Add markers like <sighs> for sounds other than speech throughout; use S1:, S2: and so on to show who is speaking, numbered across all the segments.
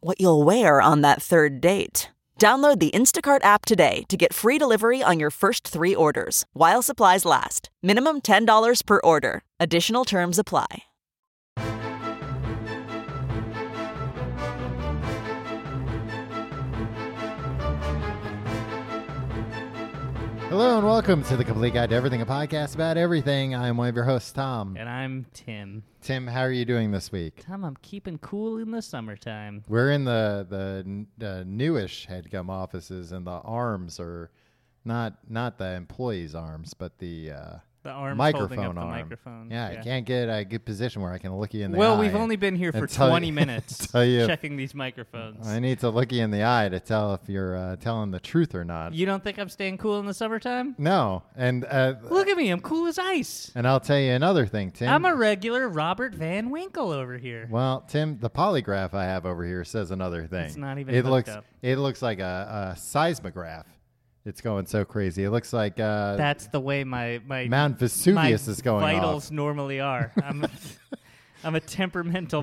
S1: what you'll wear on that third date. Download the Instacart app today to get free delivery on your first three orders while supplies last. Minimum $10 per order. Additional terms apply.
S2: Hello and welcome to the Complete Guide to Everything, a podcast about everything. I'm one of your hosts, Tom.
S3: And I'm Tim.
S2: Tim, how are you doing this week?
S3: Tom, I'm keeping cool in the summertime.
S2: We're in the the n- uh, newish headgum offices, and the arms are not not the employees' arms, but the uh,
S3: The arms
S2: microphone
S3: holding up the
S2: arm.
S3: microphone.
S2: Yeah, I
S3: Yeah.
S2: can't get a good position where I can look you in the eye.
S3: Well, we've only been here for
S2: and tell you- <laughs>
S3: 20 minutes
S2: tell you if-
S3: checking these microphones.
S2: I need to look you in the eye to tell if you're uh, telling the truth or not.
S3: You don't think I'm staying cool in the summertime?
S2: no, and uh,
S3: Look at me, I'm cool as ice.
S2: and I'll tell you another thing, Tim.
S3: I'm a regular Robert Van Winkle over here.
S2: Well, Tim, the polygraph I have over here says another thing.
S3: It's not even
S2: It
S3: hooked
S2: looks.
S3: up.
S2: It looks like a, a seismograph. It's going so crazy. It looks like uh,
S3: That's the way my my
S2: Mount
S3: my
S2: Vesuvius is going
S3: vitals
S2: off.
S3: normally are. I'm a, <laughs> I'm a temperamental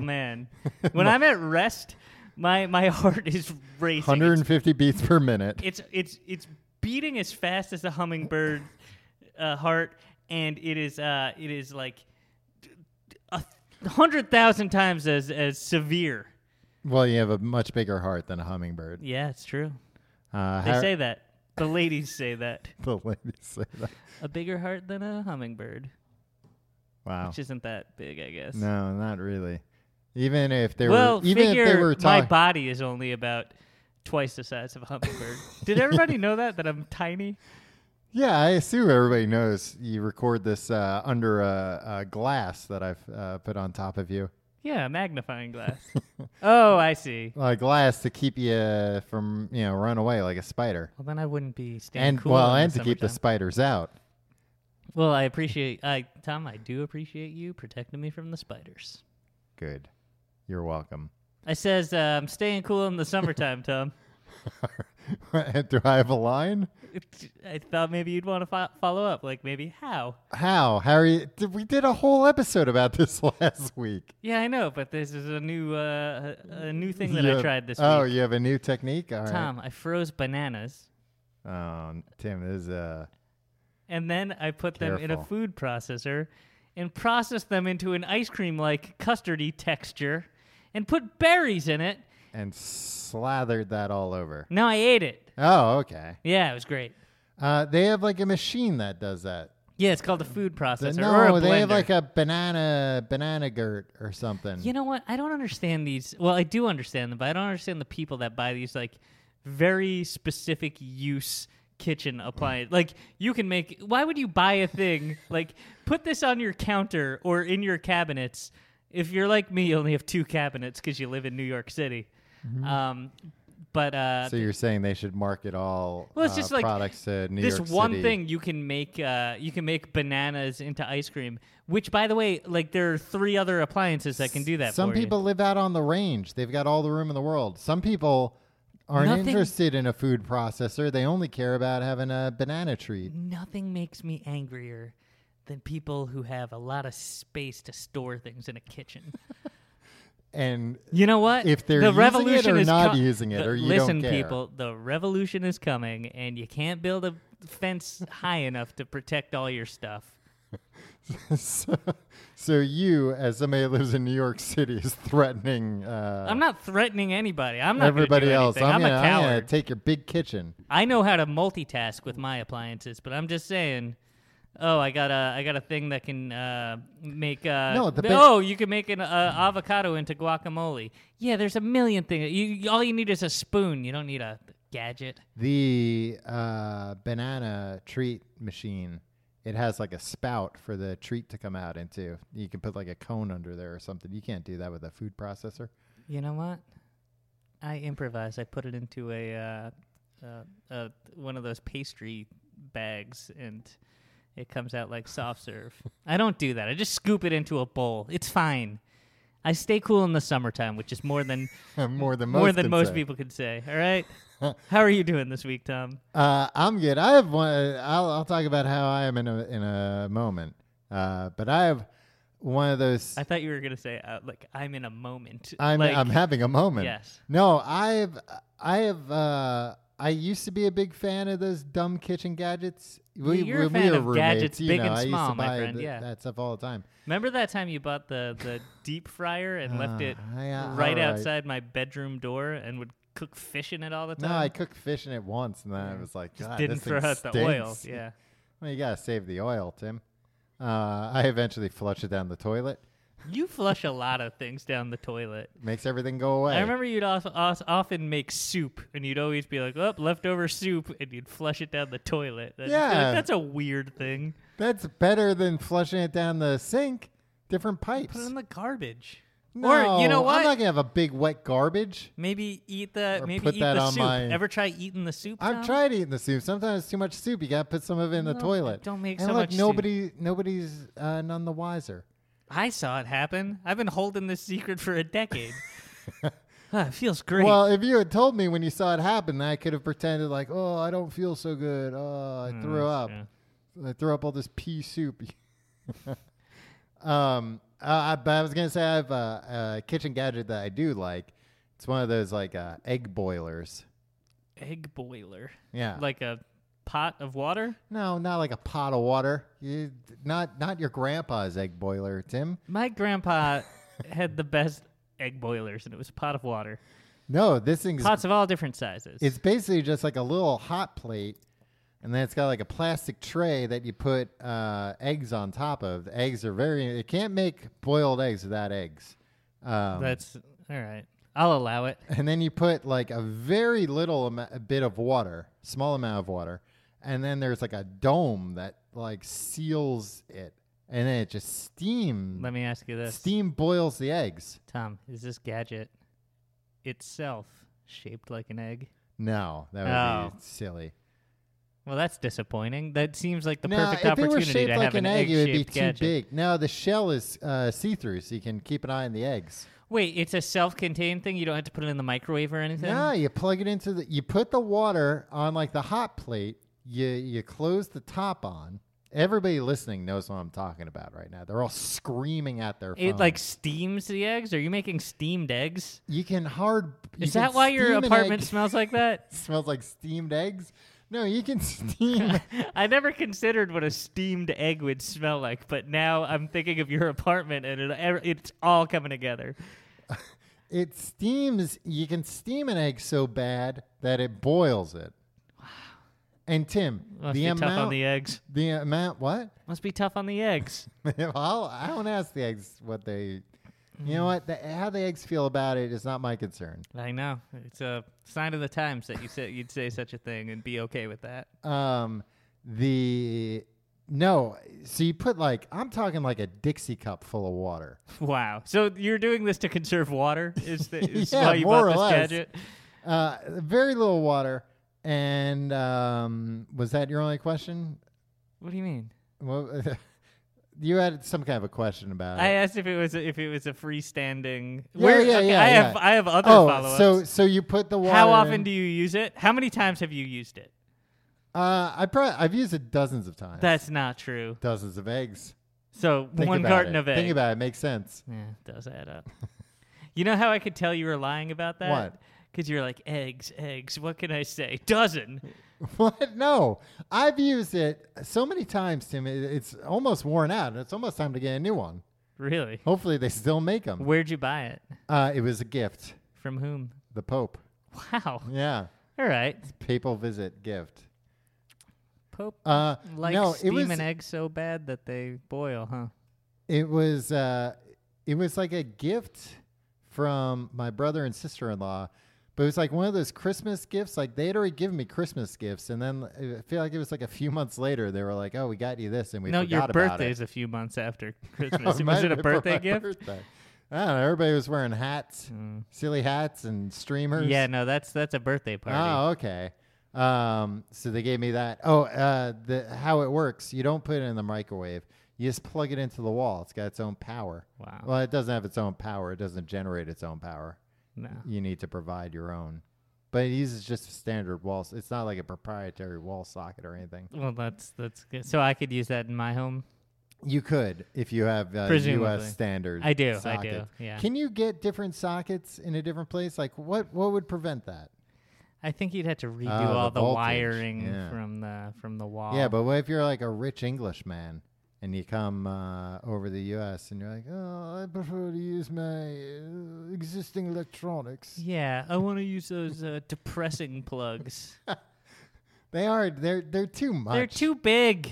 S2: <laughs>
S3: man. When I'm at rest, my my heart is racing. It's
S2: 150 beats per minute.
S3: <laughs> it's it's it's beating as fast as a hummingbird uh, heart, and it is uh, it is like a hundred thousand times as as severe.
S2: well, you have a much bigger heart than a hummingbird.
S3: Yeah, it's true.
S2: Uh,
S3: They
S2: how-
S3: say that. The ladies say that.
S2: <laughs> the ladies say that.
S3: A bigger heart than a hummingbird,
S2: Wow.
S3: which isn't that big, I guess.
S2: No, not really. Even if they
S3: well,
S2: were, even
S3: figure
S2: if they were
S3: my
S2: talking,
S3: body is only about twice the size of
S2: <laughs>
S3: a hummingbird. Did everybody know that that I'm tiny?
S2: yeah, I assume everybody knows you record this uh, under a, a glass that I've uh, put on top of you.
S3: Yeah, a
S2: <laughs>
S3: magnifying glass. oh, I see.
S2: a uh, glass to keep you from you know run away like a spider
S3: Well, then I wouldn't be staying
S2: and
S3: cool.
S2: well
S3: in
S2: and to keep the
S3: summertime.
S2: spiders out
S3: Well, I appreciate, I Tom, I do appreciate you protecting me from the spiders.
S2: good you're welcome <laughs>
S3: I says uh, I'm staying cool in the summertime, Tom.
S2: do i have a line
S3: I thought maybe you'd want to fo- follow up, like maybe how.
S2: how harry did, we did a whole episode about this <laughs> last week
S3: Yeah, I know, but this is a new, uh, a a new thing that
S2: You
S3: I
S2: have-
S3: tried this
S2: oh
S3: week.
S2: you have a new technique All right.
S3: Tom, I froze bananas
S2: oh tim this is uh
S3: and then I put them in a
S2: Careful.
S3: food processor and processed them into an ice cream-like custardy texture and put berries in it.
S2: and slathered that all over
S3: Now I ate it.
S2: oh okay
S3: Yeah, it was great.
S2: uh they have like a machine that does that
S3: Yeah, it's called a food processor or a
S2: no
S3: blender.
S2: they have like a banana banana girt or something
S3: You know what? I don't understand these. Well, I do understand them, but I don't understand the people that buy these like very specific use kitchen appliance. Like you can make. Why would you buy a thing like put this on your counter or in your cabinets? If you're like me, you only have two cabinets because you live in New York City. Um, but uh,
S2: So you're saying they should market all
S3: Well, it's
S2: uh,
S3: just like
S2: products to New
S3: this
S2: York
S3: one
S2: City.
S3: thing you can make uh, you can make bananas into ice cream. Which, by the way, like there are three other appliances that can do that.
S2: Some
S3: for you.
S2: people live out on the range. They've got all the room in the world. Some people aren't
S3: Nothing-
S2: interested in a food processor. They only care about having a banana treat.
S3: nothing makes me angrier than people who have a lot of space to store things in a kitchen.
S2: And
S3: You know what?
S2: If they're
S3: the
S2: using it
S3: revolution
S2: or
S3: is
S2: not
S3: co-
S2: using it,
S3: the-
S2: or you don't
S3: listen,
S2: care.
S3: people, the revolution is coming, and you can't build a fence high enough to protect all your stuff.
S2: so, so you, as somebody that lives in New York City, is threatening uh,
S3: I'm not threatening anybody. I'm not gonna do
S2: everybody else.
S3: anything. I'm,
S2: gonna,
S3: a
S2: I'm gonna
S3: coward.
S2: take your big kitchen.
S3: I know how to multitask with my appliances, but I'm just saying. Oh, I got a I got a thing that can uh, make uh,
S2: No, the ba-
S3: oh you can make an uh, avocado into guacamole. Yeah, there's a million things. You, you- all you need is a spoon. You don't need a gadget.
S2: The uh, banana treat machine. It has like a spout for the treat to come out into. You can put like a cone under there or something. You can't do that with a food processor.
S3: You know what? I improvised. I put it into a uh, uh, uh, one of those pastry bags, and it comes out like
S2: <laughs>
S3: soft serve. I don't do that. I just scoop it into a bowl. It's fine. I stay cool in the summertime, which is more than
S2: <laughs> more than <laughs> most
S3: more than
S2: can
S3: most
S2: say.
S3: people could say.
S2: <laughs>
S3: All right. How are you doing this week, Tom?
S2: Uh, I'm good. I have one. I'll, I'll talk about how I am in a in a moment. Uh, but I have one of those.
S3: I thought you were gonna say uh, like I'm in a moment.
S2: I'm
S3: like,
S2: I'm having a moment.
S3: Yes.
S2: No, I've I have uh, I used to be a big fan of those dumb kitchen gadgets. We,
S3: Yeah, you're a
S2: when we
S3: fan
S2: were
S3: of
S2: roommates,
S3: gadgets
S2: you
S3: big
S2: know,
S3: and
S2: I used
S3: small,
S2: to
S3: my
S2: buy
S3: friend,
S2: th-
S3: yeah.
S2: that stuff all the time.
S3: Remember that time you bought the the deep fryer and left
S2: Uh,
S3: it
S2: yeah, all
S3: right
S2: right.
S3: outside my bedroom door and would cook fish in it all the time?
S2: No, I cooked fish in it once, and then I was like,
S3: just
S2: God,
S3: didn't
S2: this thing
S3: throw out the oil.
S2: stinks.
S3: Yeah.
S2: <laughs> Well, you gotta save the oil, Tim. Uh, I eventually flush it down the toilet.
S3: You flush a lot of things down the toilet.
S2: Makes everything go away.
S3: I remember you'd also, often make soup, and you'd always be like, "Oh, leftover soup," and you'd flush it down the toilet. I'd just be like,
S2: Yeah.
S3: that's a weird thing.
S2: That's better than flushing it down the sink. Different pipes.
S3: Put it in the garbage.
S2: no,
S3: or you know
S2: I'm
S3: what?
S2: not gonna have a big wet garbage.
S3: maybe eat the
S2: Or
S3: maybe
S2: put
S3: eat
S2: that
S3: the
S2: on
S3: soup.
S2: my-
S3: Ever try eating the soup?
S2: I've
S3: Tom?
S2: tried eating the soup. Sometimes it's too much soup. You gotta put some of it in the
S3: No,
S2: toilet.
S3: don't make
S2: and
S3: so
S2: look,
S3: much soup.
S2: nobody, nobody's uh, none the wiser.
S3: I saw it happen. I've been holding this secret for
S2: <laughs>
S3: a decade. Huh, it feels great.
S2: Well, if you had told me when you saw it happen, I could have pretended like, "Oh, I don't feel so good. Oh, I
S3: Mm,
S2: threw up.
S3: yeah.
S2: I threw up all this pea soup." <laughs> um, uh, I- but I was gonna say I have a, a kitchen gadget that I do like. It's one of those like uh, egg boilers.
S3: Egg boiler,
S2: Yeah,
S3: like a pot of water.
S2: no, not like a pot of water. You, not not your grandpa's egg boiler, Tim.
S3: My grandpa
S2: <laughs>
S3: had the best egg boilers, and it was a pot of water.
S2: No, this thing's
S3: Pots of all different sizes.
S2: It's basically just like a little hot plate, and then it's got like a plastic tray that you put uh, eggs on top of. The eggs are very. You can't make boiled eggs without eggs. Um,
S3: That's all right. I'll allow it.
S2: and then you put like a very little ama- a bit of water, small amount of water, and then there's like a dome that like seals it, and then it just steam.
S3: Let me ask you this,
S2: steam boils the eggs.
S3: Tom. Is this gadget itself shaped like an egg?
S2: No, that would
S3: Oh.
S2: be silly.
S3: Well, that's disappointing. That seems like the
S2: No,
S3: perfect
S2: if it were
S3: opportunity
S2: shaped
S3: to
S2: like
S3: have
S2: an egg, it would be
S3: egg-shaped
S2: too
S3: gadget.
S2: big. No, the shell is uh, see-through, so you can keep an eye on the eggs.
S3: Wait, it's a self-contained thing. You don't have to put it in the microwave or anything.
S2: No, you plug it into the. You put the water on like the hot plate. You you close the top on. Everybody listening knows what I'm talking about right now. They're all screaming at their
S3: It
S2: phone.
S3: like steams the eggs. Are you making steamed eggs?
S2: you can hard. you
S3: Is
S2: can
S3: that why your
S2: steam an
S3: apartment
S2: egg-
S3: smells like
S2: <laughs>
S3: that?
S2: smells like steamed eggs? No, you can <laughs> steam.
S3: I never considered what a steamed egg would smell like, but now I'm thinking of your apartment and it, it's all coming together.
S2: it steams you can steam an egg so bad that it boils it and tim
S3: Must
S2: the
S3: be
S2: amount
S3: tough on the eggs.
S2: the amount what <laughs>
S3: Must be tough on the eggs.
S2: I'll, i don't ask the eggs what they you
S3: Mm.
S2: know what the, how the eggs feel about it is not my concern
S3: I know. It's a sign of the times that you say you'd say such a thing and be okay with that.
S2: um the no so you put like i'm talking like a dixie cup full of water
S3: Wow. So you're doing this to conserve water? Is, the,
S2: <laughs>
S3: is
S2: Yeah,
S3: why you
S2: more
S3: bought
S2: or
S3: this
S2: less.
S3: gadget?
S2: uh very little water and um was that your only question
S3: What do you mean?
S2: well, <laughs> you had some kind of a question about it
S3: I asked if it was a, if it was a freestanding.
S2: Uh, Yeah, yeah,
S3: okay,
S2: yeah,
S3: I have
S2: yeah.
S3: I have other
S2: oh,
S3: follow-ups.
S2: so so you put the water.
S3: how often
S2: in-
S3: do you use it? How many times have you used it?
S2: Uh, I probably I've used it dozens of times.
S3: That's not true.
S2: dozens of eggs.
S3: So
S2: Think
S3: one
S2: about
S3: carton
S2: it.
S3: of eggs.
S2: Think about it. it Makes sense. <laughs>
S3: Yeah, it does add up. <laughs> you know how I could tell you were lying about that?
S2: What?
S3: Because you're like eggs, eggs. What can I say? Dozen.
S2: What? No, I've used it so many times, Tim. It, it's almost worn out, and it's almost time to get a new one.
S3: Really?
S2: Hopefully, they still make them.
S3: Where'd you buy it?
S2: Uh, it was a gift.
S3: From whom?
S2: The Pope.
S3: Wow.
S2: Yeah,
S3: All right.
S2: papal visit gift.
S3: Pope
S2: Uh,
S3: likes
S2: no, it
S3: steaming
S2: was
S3: eggs so bad that they boil, huh?
S2: it was uh, it was like a gift from my brother and sister in law, but it was like one of those Christmas gifts. Like they had already given me Christmas gifts, and then I feel like it was like a few months later they were like, "Oh, we got you this," and we
S3: no,
S2: forgot
S3: your
S2: about
S3: birthday's
S2: it. <laughs>
S3: a few months after
S2: Oh,
S3: Christmas.
S2: might
S3: was it a
S2: have been for
S3: birthday
S2: my
S3: gift? Mm.
S2: birthday. I don't know. Everybody was wearing hats, silly hats, and streamers.
S3: Yeah, no, that's that's a birthday party.
S2: Oh, okay. Um, so they gave me that. Oh, uh, the how it works. You don't put it in the microwave. You just plug it into the wall. It's got its own power.
S3: Wow.
S2: Well, it doesn't have its own power. It doesn't generate its own power.
S3: No.
S2: You need to provide your own. But it uses just a standard wall. s- It's not like a proprietary wall socket or anything.
S3: Well, that's that's good. So I could use that in my home.
S2: You could if you have uh,
S3: Presumably.
S2: U.S. standard.
S3: I do, I
S2: socket.
S3: do, yeah.
S2: Can you get different sockets in a different place? Like what? What would prevent that?
S3: I think you'd have to redo
S2: Ah, the
S3: all the,
S2: voltage,
S3: wiring
S2: yeah.
S3: from the from the wall.
S2: Yeah, but what if you're like a rich Englishman and you come uh, over the U.S. and you're like, oh, I prefer to use my uh, existing electronics.
S3: yeah, I want to use those uh,
S2: <laughs>
S3: depressing plugs.
S2: They are they're they're too much.
S3: They're
S2: <laughs>
S3: too big.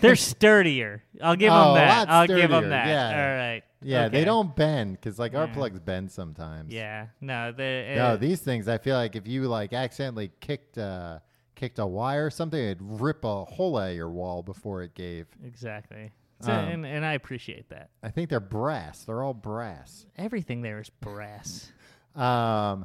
S3: They're sturdier. I'll give
S2: Oh,
S3: them
S2: a
S3: that.
S2: lot
S3: I'll give
S2: sturdier,
S3: them that.
S2: yeah.
S3: All right.
S2: yeah, they
S3: Okay.
S2: don't bend because like our
S3: Yeah.
S2: plugs bend sometimes.
S3: Yeah. No. The uh,
S2: No, these things I feel like if you like accidentally kicked uh, kicked a wire or something, it'd rip a hole out of your wall before it gave.
S3: exactly. So,
S2: Um,
S3: and and I appreciate that.
S2: I think they're brass. They're all brass.
S3: Everything there is brass.
S2: Um,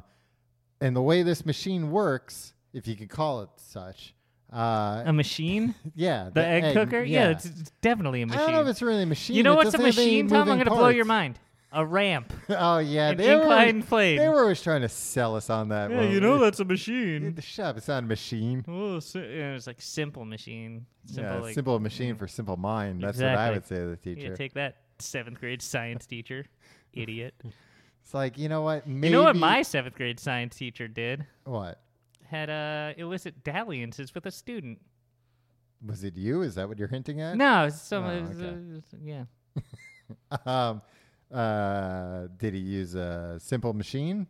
S2: and the way this machine works, if you could call it such, uh, <laughs>
S3: A machine?
S2: yeah,
S3: The egg, cooker? Yeah, it's, it's definitely a
S2: I
S3: machine.
S2: don't know if it's really a machine.
S3: you know
S2: It
S3: what's a
S2: doesn't have any
S3: machine, Tom? I'm
S2: moving
S3: going to blow your
S2: parts.
S3: mind.
S2: <laughs>
S3: A ramp.
S2: oh yeah,
S3: An
S2: they
S3: inclined
S2: were,
S3: plane.
S2: They were always trying to sell us on that. weren't they?
S3: that's a
S2: <laughs>
S3: machine.
S2: the shop. It's not a machine.
S3: Oh, si- yeah, it's like simple machine. Simple,
S2: yeah,
S3: like,
S2: simple machine for simple mind. That's what I
S3: Exactly.
S2: would say to the
S3: Yeah,
S2: teacher.
S3: take that, seventh grade science
S2: <laughs>
S3: teacher. Idiot.
S2: it's like you know what? Maybe,
S3: You know what my seventh grade science teacher did?
S2: <laughs> what
S3: Had uh, illicit dalliances with a student.
S2: was it? You is that what you're hinting at?
S3: No, it's some,
S2: Oh,
S3: it was,
S2: okay.
S3: uh, it was- yeah.
S2: <laughs> Um, uh, did he use a simple machine?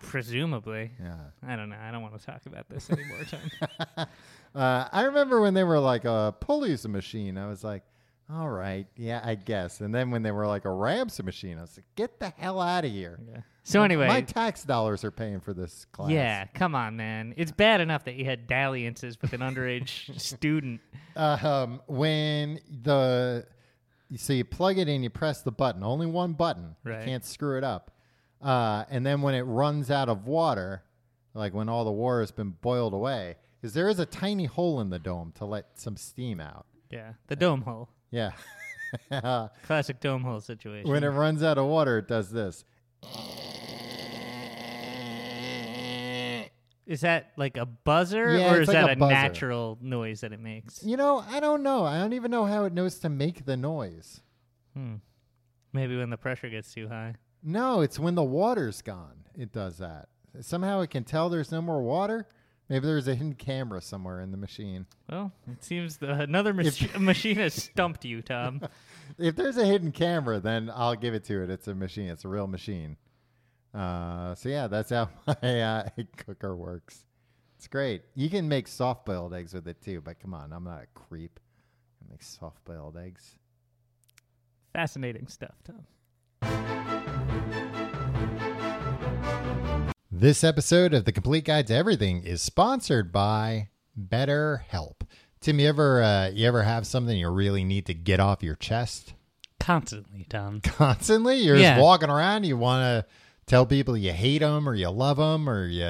S3: Presumably.
S2: Yeah.
S3: I don't know. I don't want to talk
S2: <laughs>
S3: about this anymore, Tom.
S2: Uh, I remember when they were like a pulley's a machine. I was like, all right, yeah, I guess. And then when they were like a ramps a machine, I was like, get the hell out of here.
S3: So anyway,
S2: My tax dollars are paying for this class.
S3: Yeah, come on, man. It's bad enough that you had dalliances with
S2: <laughs>
S3: an underage student.
S2: Um, when the so you plug it in, you press the button. Only one button.
S3: Right.
S2: You can't screw it up. Uh, and then when it runs out of water, like when all the water has been boiled away, is there is a tiny hole in the dome to let some steam out.
S3: Yeah, the dome hole.
S2: Yeah. <laughs>
S3: Classic dome hole situation.
S2: when it runs out of water, it does this.
S3: Is that like a buzzer
S2: Yeah,
S3: or
S2: it's
S3: is
S2: like
S3: that
S2: a
S3: a,
S2: buzzer.
S3: natural noise that it makes?
S2: You know, I don't know. I don't even know how it knows to make the noise.
S3: Maybe when the pressure gets too high.
S2: No, it's when the water's gone. It does that. Somehow it can tell there's no more water. Maybe there's a hidden camera somewhere in the machine.
S3: Well, it seems the, another
S2: <laughs>
S3: mach- machine has stumped you, Tom.
S2: If there's a hidden camera, then I'll give it to it. It's a machine. It's a real machine. Uh, so yeah, that's how <laughs> my uh, egg cooker works. It's great. You can make soft-boiled eggs with it too, but come on, I'm not a creep. I make soft-boiled eggs.
S3: Fascinating stuff, Tom.
S2: This episode of The Complete Guide to Everything is sponsored by BetterHelp. Tim, you ever uh, you ever have something you really need to get off your chest <laughs>
S3: Constantly, Tom.
S2: constantly? You're
S3: Yeah.
S2: just walking around. You want to tell people you hate them or you love them or you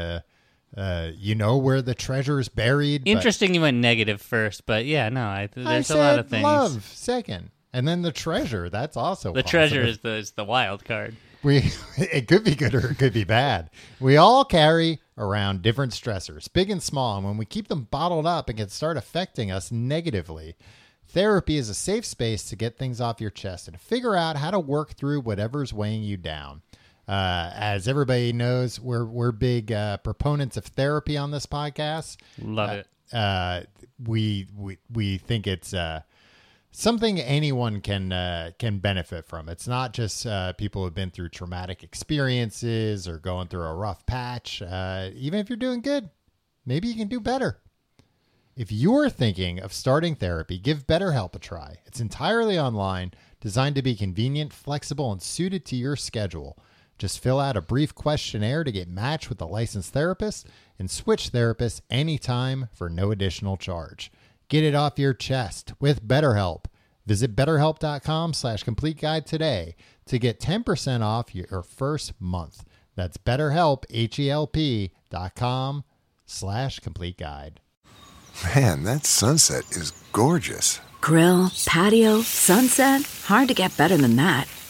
S2: uh, you know where the treasure is buried. but-
S3: Interesting you went negative first, but yeah, no, I, there's
S2: I
S3: a lot
S2: said
S3: of things.
S2: Love second, and then the treasure. That's also
S3: The treasure
S2: positive.
S3: is the, is the wild card.
S2: We <laughs> it could be good or it could be bad. We all carry around different stressors, big and small, and when we keep them bottled up, it can start affecting us negatively. Therapy is a safe space to get things off your chest and figure out how to work through whatever's weighing you down. Uh, as everybody knows, we're we're big uh, proponents of therapy on this podcast.
S3: Love it.
S2: Uh, we we we think it's uh, something anyone can uh, can benefit from. It's not just uh, people who've been through traumatic experiences or going through a rough patch. Uh, even if you're doing good, maybe you can do better. If you're thinking of starting therapy, give BetterHelp a try. It's entirely online, designed to be convenient, flexible, and suited to your schedule. Just fill out a brief questionnaire to get matched with a licensed therapist and switch therapists anytime for no additional charge. Get it off your chest with BetterHelp. Visit betterhelp.com slash complete guide today to get 10% off your first month. That's betterhelp, H-E-L-P dot com slash complete guide.
S4: Man, that sunset is gorgeous. <laughs>
S5: Grill, patio, sunset. Hard to get better than that.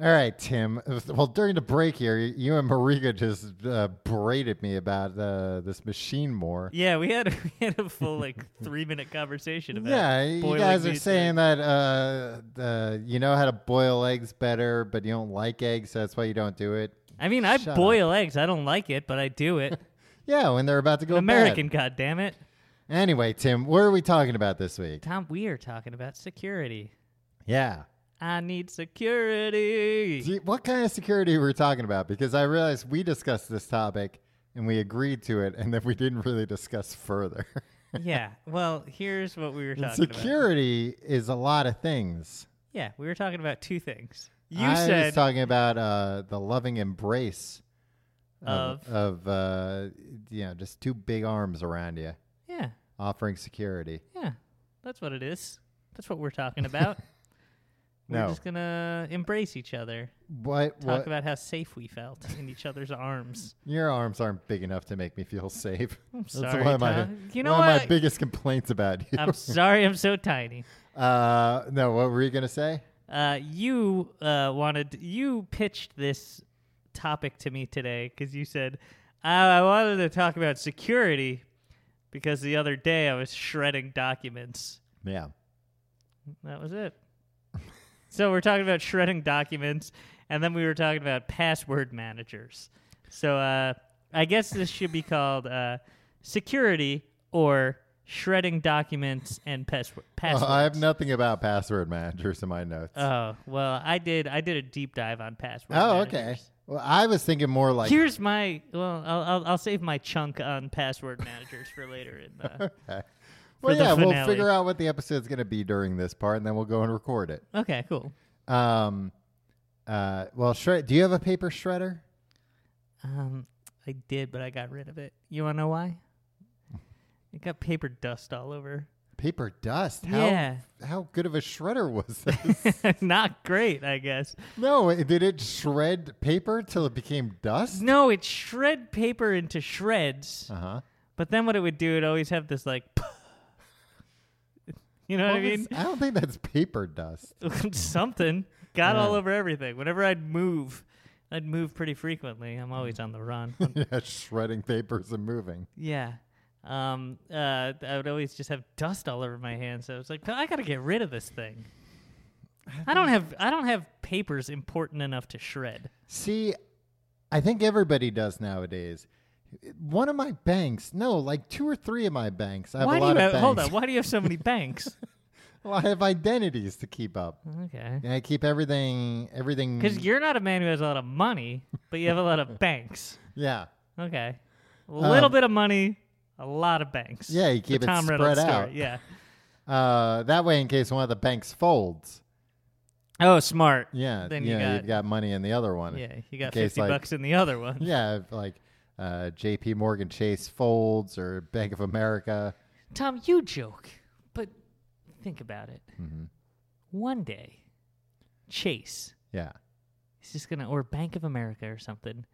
S2: All right, Tim. Well, during the break here, you and Mariga just uh, berated me about uh, this machine more.
S3: Yeah, we had <laughs> a, we had a
S2: <laughs>
S3: full like three minute conversation about.
S2: Yeah, you
S3: boiling
S2: guys are
S3: these
S2: saying that uh, uh, you know how to boil eggs better, but you don't like eggs, so that's why you don't do it.
S3: I mean, I
S2: Shut up.
S3: boil eggs. I don't like it, but I
S2: <laughs>
S3: do it.
S2: Yeah, when they're about to go
S3: An American,
S2: bad.
S3: God damn it.
S2: Anyway, Tim, what are we talking about this week?
S3: Tom, we are talking about security.
S2: Yeah.
S3: I need security.
S2: <laughs> Do you- What kind of security were we talking about? Because I realized we discussed this topic and we agreed to it, and then we didn't really discuss further.
S3: yeah. Well, here's what we were talking
S2: <laughs>
S3: about.
S2: security is a lot of things.
S3: Yeah, we were talking about two things. You
S2: I was
S3: said
S2: talking about uh, the loving embrace
S3: of
S2: of uh, you know just two big arms around you
S3: yeah,
S2: offering security.
S3: yeah. That's what it is. That's what we're
S2: <laughs>
S3: talking about.
S2: No.
S3: We're just gonna embrace each other.
S2: What?
S3: Talk
S2: what?
S3: about how safe we felt in each other's arms.
S2: Your arms aren't big enough to make me feel
S3: <laughs>
S2: safe. That's
S3: sorry,
S2: one of my
S3: Tom. You know
S2: one of my
S3: what?
S2: biggest complaints about you.
S3: I'm sorry, I'm so tiny.
S2: <laughs> Uh, no, what were you gonna say?
S3: Uh, you uh, wanted you pitched this topic to me today because you said I, I wanted to talk about security because the other day I was shredding documents.
S2: Yeah.
S3: That was it. so we're talking about shredding documents, and then we were talking about password managers. So uh, I guess this should be called uh, security or shredding documents and password.
S2: Oh,
S3: passwords.
S2: I have nothing about password managers in my notes.
S3: Oh well, I did. I did a deep dive on password.
S2: oh,
S3: managers.
S2: okay. Well, I was thinking more like
S3: Here's my well. I'll, I'll I'll save my chunk on password managers for later. In
S2: <laughs>
S3: uh,
S2: Okay. Well,
S3: the
S2: yeah, we'll
S3: finale.
S2: figure out what the episode's going to be during this part, and then we'll go and record it.
S3: okay, cool.
S2: Um, uh, well, shred. Do you have a paper shredder?
S3: Um, I did, but I got rid of it. You wanna know why? It got paper dust all
S2: <laughs>
S3: over. <laughs>
S2: Paper dust. How,
S3: Yeah.
S2: How good of a shredder was this?
S3: Not great, I guess.
S2: <laughs> no, it- did it shred paper till it became dust?
S3: No, it shred paper into shreds.
S2: Uh huh.
S3: But then what it would do, it always have this like. <laughs> you know what I mean?
S2: I don't think that's paper dust. <laughs>
S3: <laughs> something got all over everything. Whenever I'd move, I'd move pretty frequently.
S2: Mm.
S3: I'm always on
S2: <laughs>
S3: the run.
S2: yeah, shredding papers and moving.
S3: yeah. Um, uh, I would always just have dust all over my hands. I was like, I gotta get rid of this thing. I don't have I don't have papers important enough to shred.
S2: See, I think everybody does nowadays. One of my banks, no, like two or three of my banks. I have
S3: Why
S2: a
S3: do
S2: lot
S3: you
S2: of
S3: have,
S2: banks.
S3: hold on? Why do you have so many banks?
S2: <laughs> Well, I have identities to keep up.
S3: Okay,
S2: And I keep everything, everything.
S3: Hmm. because you're not a man who has a lot of money, but you have a lot of banks.
S2: yeah,
S3: Okay, a little
S2: Um,
S3: bit of money, a lot of banks.
S2: Yeah, you
S3: The
S2: keep it
S3: Tom
S2: spread
S3: Reynolds story,
S2: out.
S3: Yeah.
S2: uh, that way in case one of the banks folds,
S3: Oh, smart.
S2: yeah,
S3: Then
S2: you
S3: you,
S2: know,
S3: got,
S2: you've got money in the other one.
S3: yeah, you got
S2: case,
S3: fifty
S2: like-
S3: bucks in the other one.
S2: yeah, if, like uh, J.P. Morgan Chase folds or Bank of America.
S3: <laughs> Tom, you joke, but think about it.
S2: Mm-hmm.
S3: One day, Chase
S2: Yeah,
S3: is just gonna, or Bank of America or something.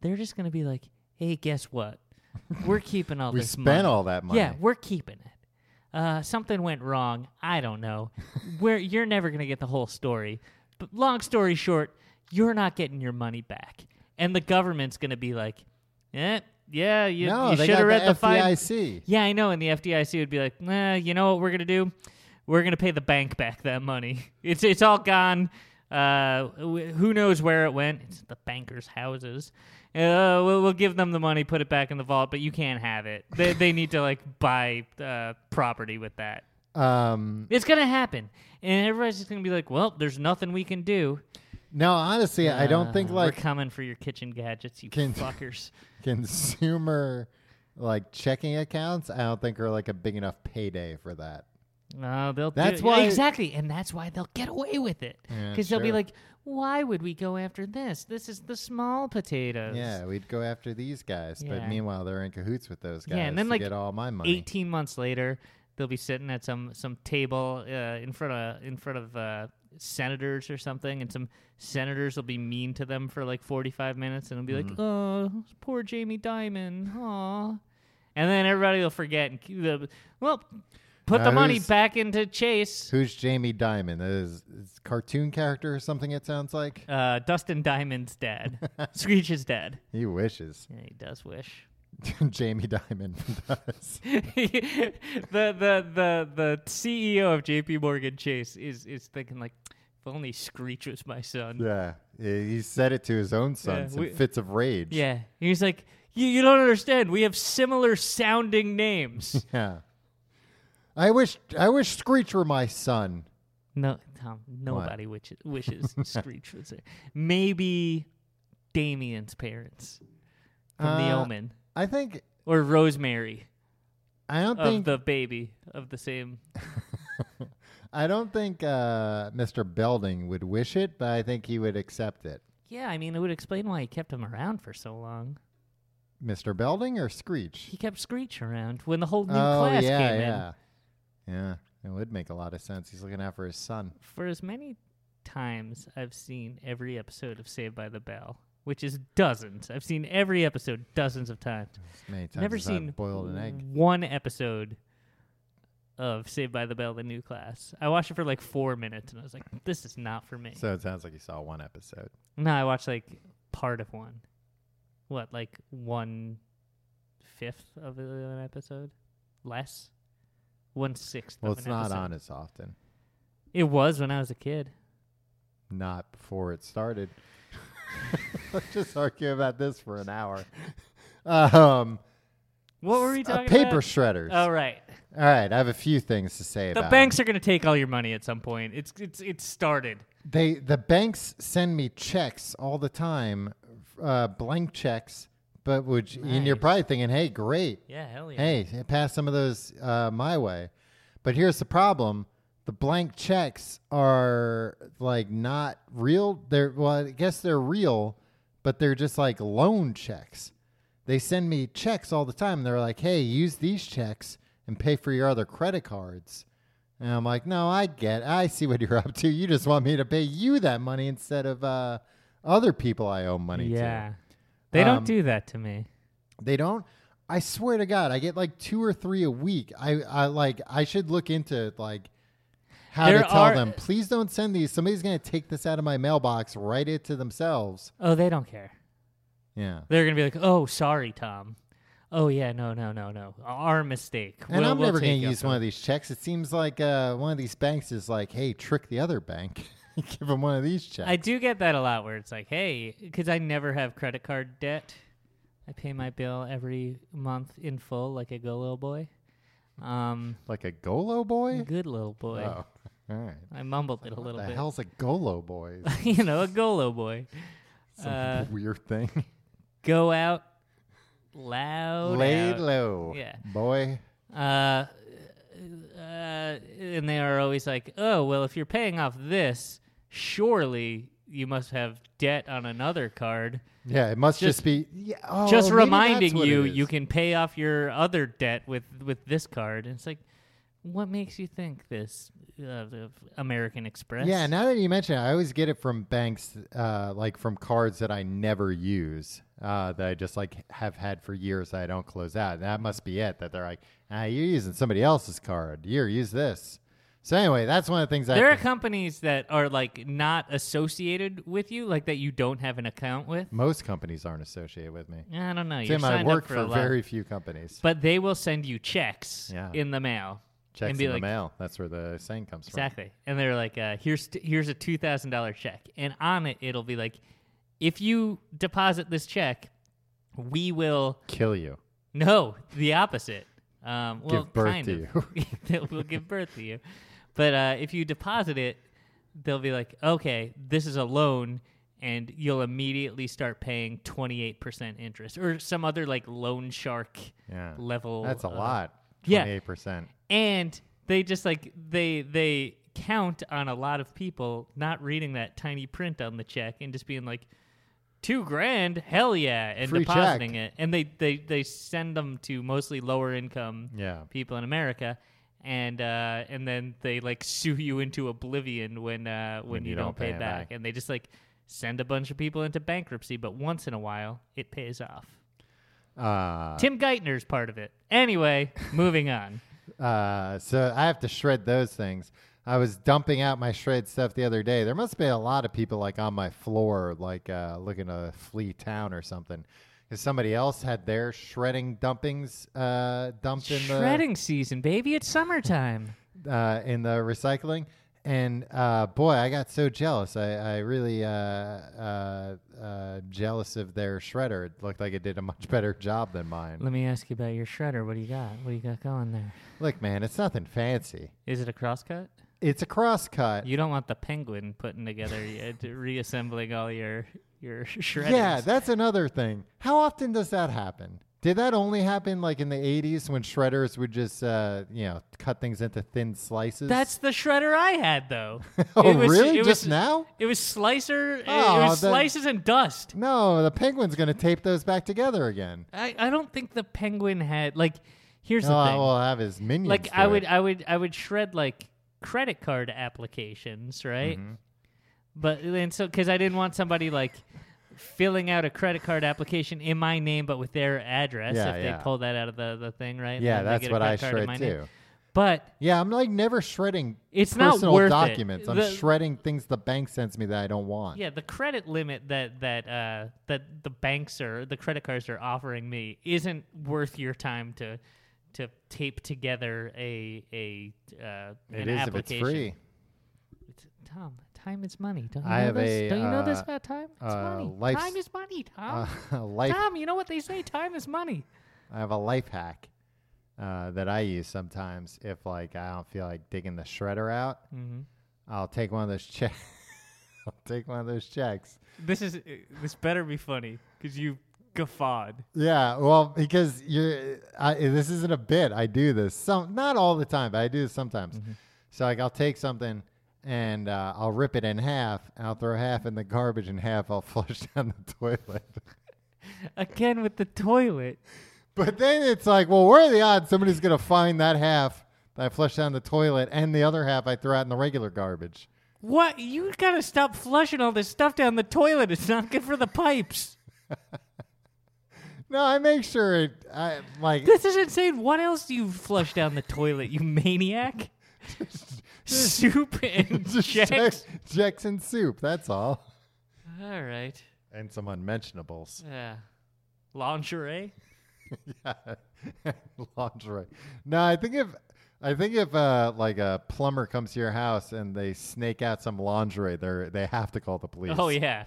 S3: They're just gonna be like, "Hey, guess what? We're keeping
S2: <laughs>
S3: all
S2: We
S3: this
S2: spent
S3: money.
S2: all that money.
S3: Yeah, we're keeping it. Uh, something went wrong. I
S2: <laughs>
S3: don't know. we're, you're never gonna get the whole story. But long story short, you're not getting your money back, and the government's gonna be like, "Eh, yeah, you,
S2: no,
S3: you
S2: they
S3: should
S2: got
S3: have read
S2: the
S3: the fine."
S2: FDIC.
S3: Yeah, I know. And the FDIC would be like, nah, you know what we're gonna do? We're gonna pay the bank back that money. <laughs> It's it's all gone. Uh, wh- who knows where it went? It's the bankers' houses. Uh, we'll, we'll give them the money, put it back in the vault, but you can't have it. They they need to like buy uh, property with that.
S2: Um,
S3: It's gonna happen, and everybody's just gonna be like, well, there's nothing we can do.
S2: No, honestly, I don't think
S3: Uh,
S2: like
S3: we're coming for your kitchen gadgets, you
S2: Can-
S3: fuckers.
S2: <laughs> consumer like checking accounts. I don't think are like a big enough payday for that.
S3: No, Uh, they'll. do
S2: That's
S3: it.
S2: why-
S3: exactly, and that's why they'll get away with it
S2: Yeah,
S3: because they'll be
S2: sure.
S3: like, "Why would we go after this? This is the small potatoes."
S2: Yeah, we'd go after these guys,
S3: Yeah.
S2: but meanwhile they're in cahoots with those guys.
S3: Yeah, and then
S2: to
S3: like
S2: get all my money.
S3: eighteen months later, they'll be sitting at some some table uh, in front of in front of uh, senators or something, and some senators will be mean to them for like forty five minutes, and they'll be
S2: Mm-hmm.
S3: like, "Oh, poor Jamie Dimon, aw," and then everybody will forget and keep the well. Put
S2: Now
S3: the money
S2: who's-
S3: back into Chase.
S2: Who's Jamie Diamond? That is, is cartoon character or something. It sounds like
S3: Uh, Dustin
S2: <laughs>
S3: Diamond's dad, Screech's dad.
S2: he wishes <laughs>
S3: Yeah, he does wish.
S2: Jamie Diamond does.
S3: the the the the CEO of J.P. Morgan Chase is is thinking like, if only Screech was my son. Yeah,
S2: Yeah, he he said it to his own sons
S3: we-
S2: in fits of rage.
S3: he's like, you you don't understand. We have similar sounding
S2: <laughs>
S3: names.
S2: yeah. I wish I wish Screech were my son.
S3: no, Tom, nobody wish, wishes <laughs> Screech was there. Maybe Damien's parents from The
S2: Uh,
S3: Omen
S2: I think
S3: or Rosemary
S2: I don't
S3: of
S2: think
S3: the baby of the same.
S2: I don't think uh, Mr. Belding would wish it, but I think he would accept it.
S3: Yeah, I mean, it would explain why he kept him around for so long.
S2: Mr. Belding or Screech?
S3: He kept Screech around when the whole new
S2: oh
S3: class
S2: yeah,
S3: came
S2: yeah,
S3: in.
S2: yeah. It would make a lot of sense. He's looking out for his son.
S3: For as many times I've seen every episode of Saved by the Bell, which is dozens. I've seen every episode dozens of times.
S2: As many times
S3: Never
S2: as I've
S3: seen Mm,
S2: boiled an egg.
S3: One episode of Saved by the Bell, the new class. I watched it for like four minutes, and I was like, "This is not for me."
S2: So it sounds like you saw one episode.
S3: no, I watched like part of one. What, like one fifth of an episode? Less. One sixth.
S2: Well,
S3: of
S2: it's
S3: an
S2: not
S3: episode.
S2: on as often.
S3: It was when I was a kid.
S2: Not before it started. <laughs> Let's just argue about this for an hour. Um,
S3: What were we
S2: uh,
S3: talking
S2: paper
S3: about?
S2: shredders.
S3: All right.
S2: All right, I have a few things to say
S3: The
S2: about
S3: banks
S2: them.
S3: are going to take all your money at some point. It's it's it's started.
S2: They the banks send me checks all the time, uh, blank checks. But would you, and you're
S3: Nice.
S2: probably thinking, hey, great,
S3: Yeah, hell yeah.
S2: hey, pass some of those uh, my way. But here's the problem: the blank checks are like not real. They're well, I guess they're real, but they're just like loan checks. They send me checks all the time. They're like, "Hey, use these checks and pay for your other credit cards." And I'm like, "No, I get. I see what you're up to. You just want me to pay you that money instead of uh, other people I owe money to."
S3: yeah. They don't
S2: Um,
S3: do that to me.
S2: They don't. I swear to God, I get like two or three a week. I, I like I should look into like how
S3: There
S2: to tell
S3: are-
S2: them. Please don't send these. Somebody's gonna take this out of my mailbox, write it to themselves.
S3: Oh, they don't care.
S2: Yeah.
S3: They're going to be like, "Oh, sorry, Tom." Oh yeah, no, no, no, no. Our mistake.
S2: And
S3: We'll-
S2: I'm
S3: we'll
S2: never
S3: take
S2: gonna
S3: you
S2: use
S3: up
S2: one of these checks. It seems like uh, one of these banks is like, hey, trick the other bank. <laughs> Give them one of these checks.
S3: I do get that a lot where it's like, hey, because I never have credit card debt. I pay my bill every month in full, like a good little boy. Um,
S2: like a Golo boy?
S3: good little boy.
S2: Oh. All right.
S3: I mumbled it a
S2: What
S3: little
S2: the
S3: bit.
S2: hell's a Golo boy?
S3: <laughs> you know, a golo boy.
S2: Some
S3: Uh,
S2: weird thing.
S3: Go out loud.
S2: Laid
S3: out.
S2: low.
S3: Yeah.
S2: Boy.
S3: Uh, uh, and they are always like, oh, well, if you're paying off this, surely you must have debt on another card.
S2: Yeah, it must just,
S3: Just-
S2: be yeah, oh,
S3: Just
S2: maybe that's
S3: reminding
S2: what it
S3: you,
S2: is.
S3: you can pay off your other debt with, with this card. And it's like, what makes you think this uh, of American Express?
S2: Yeah, now that you mention it, I always get it from banks, uh, like from cards that I never use, uh, that I just like have had for years that I don't close out. that must be it. That they're like, ah, you're using somebody else's card. Here, use this. So anyway, that's one of the things I.
S3: There are companies that are like not associated with you, like that you don't have an account with.
S2: most companies aren't associated with me.
S3: I don't know. You're
S2: Tim, I
S3: signed
S2: work
S3: up
S2: for,
S3: for, a lot.
S2: very few companies.
S3: But they will send you checks
S2: Yeah.
S3: in the mail.
S2: Checks
S3: and
S2: in
S3: be
S2: the
S3: like,
S2: mail. That's where the saying comes
S3: Exactly. And they're like, uh, here's t- here's a two thousand dollar check, and on it it'll be like, if you deposit this check, we will
S2: from. Kill you.
S3: no the opposite. Um, well,
S2: Give birth
S3: <laughs> kind
S2: to
S3: of. that we'll give birth to you. But uh, if you deposit it, they'll be like, okay, this is a loan, and you'll immediately start paying 28% interest or some other like loan shark
S2: Yeah.
S3: level.
S2: That's a
S3: uh,
S2: lot.
S3: yeah.
S2: 28%.
S3: And they just like, they, they count on a lot of people not reading that tiny print on the check and just being like, two grand, hell yeah, and
S2: Free check.
S3: depositing it. And they, they, they send them to mostly lower income
S2: Yeah.
S3: people in America, and uh, and then they like <laughs> sue you into oblivion when uh, when, you, don't, pay,
S2: it
S3: back.
S2: back.
S3: and they just like send a bunch of people into bankruptcy. But once in a while, it pays off.
S2: Uh,
S3: Tim Geithner's part of it. Anyway,
S2: <laughs>
S3: moving on.
S2: Uh, so I have to shred those things. I was dumping out my shred stuff the other day. There must be a lot of people like on my floor, like uh, looking to flee town or something. Because somebody else had their shredding dumpings uh, dumped in the
S3: Shredding season, baby. It's summertime.
S2: uh, in the recycling. And uh, boy, I got so jealous. I, I really uh, uh, uh, jealous of their shredder. It looked like it did a much better job than mine.
S3: Let me ask you about your shredder. What do you got? What do you got going there?
S2: Look, man, it's nothing fancy.
S3: Is it a crosscut?
S2: It's a crosscut.
S3: You don't want the penguin putting together, y- uh, reassembling all your your <laughs> shredders.
S2: Yeah, that's another thing. How often does that happen? Did that only happen like in the 80s when shredders would just, uh, you know, cut things into thin slices?
S3: That's the shredder I had <laughs> though.
S2: Oh,
S3: It was-
S2: really?
S3: it
S2: Just
S3: was-
S2: now?
S3: It was slicer. it-
S2: Oh,
S3: it was
S2: then-
S3: slices and dust.
S2: No, the penguin's going to tape those back together again.
S3: I, I don't think the penguin had like. Here's
S2: Oh,
S3: the thing.
S2: we'll have his minions.
S3: like I
S2: do
S3: would
S2: it.
S3: I would I would shred like credit card applications, right?
S2: Mm-hmm.
S3: But and so because I didn't want somebody like filling out a credit card application in my name but with their address
S2: Yeah,
S3: if
S2: yeah.
S3: they pull that out of the, the thing, right?
S2: yeah,
S3: And they
S2: that's
S3: get a
S2: what I
S3: credit card in
S2: shred
S3: my
S2: too.
S3: name. But
S2: Yeah, I'm like never shredding
S3: It's not
S2: personal
S3: worth it.
S2: documents. I'm
S3: The-
S2: shredding things the bank sends me that I don't want.
S3: Yeah, the credit limit that that uh, that the banks are the credit cards are offering me isn't worth your time to to tape together a a uh,
S2: it
S3: an
S2: is if it's
S3: application.
S2: free.
S3: It's- Tom, time is money. Don't you
S2: I
S3: know
S2: have
S3: this?
S2: a,
S3: Don't you know this
S2: uh,
S3: about time? It's
S2: uh,
S3: money.
S2: life's-
S3: Time is money, Tom.
S2: <laughs> Uh, life
S3: Tom, you know what they say? Time is money.
S2: I have a life hack uh, that I use sometimes if like I don't feel like digging the shredder out. I'll take one of those checks. <laughs> I'll take one of those checks.
S3: This is uh, this better be funny because you guffawed.
S2: Yeah, well, because you're I, this isn't a bit. I do this some not all the time, but I do this sometimes. So like I'll take something and uh, I'll rip it in half. And I'll throw half in the garbage and half I'll <laughs> flush down the toilet.
S3: Again with the toilet.
S2: But then it's like, well, where are the odds somebody's going to find that half that I flushed down the toilet and the other half I threw out in the regular garbage?
S3: What? You gotta stop flushing all this stuff down the toilet. It's not good for the pipes.
S2: No, I make sure it, I like
S3: This is insane. What else do you flush down the toilet,
S2: <laughs>
S3: you maniac? Soup and
S2: <laughs> just
S3: checks.
S2: checks, checks and soup. That's all.
S3: All right.
S2: And some unmentionables.
S3: Yeah. Lingerie?
S2: <laughs> Lingerie. No, I think if I think if uh, like a plumber comes to your house and they snake out some lingerie, they are they have to call the police. <laughs>
S3: Oh, yeah.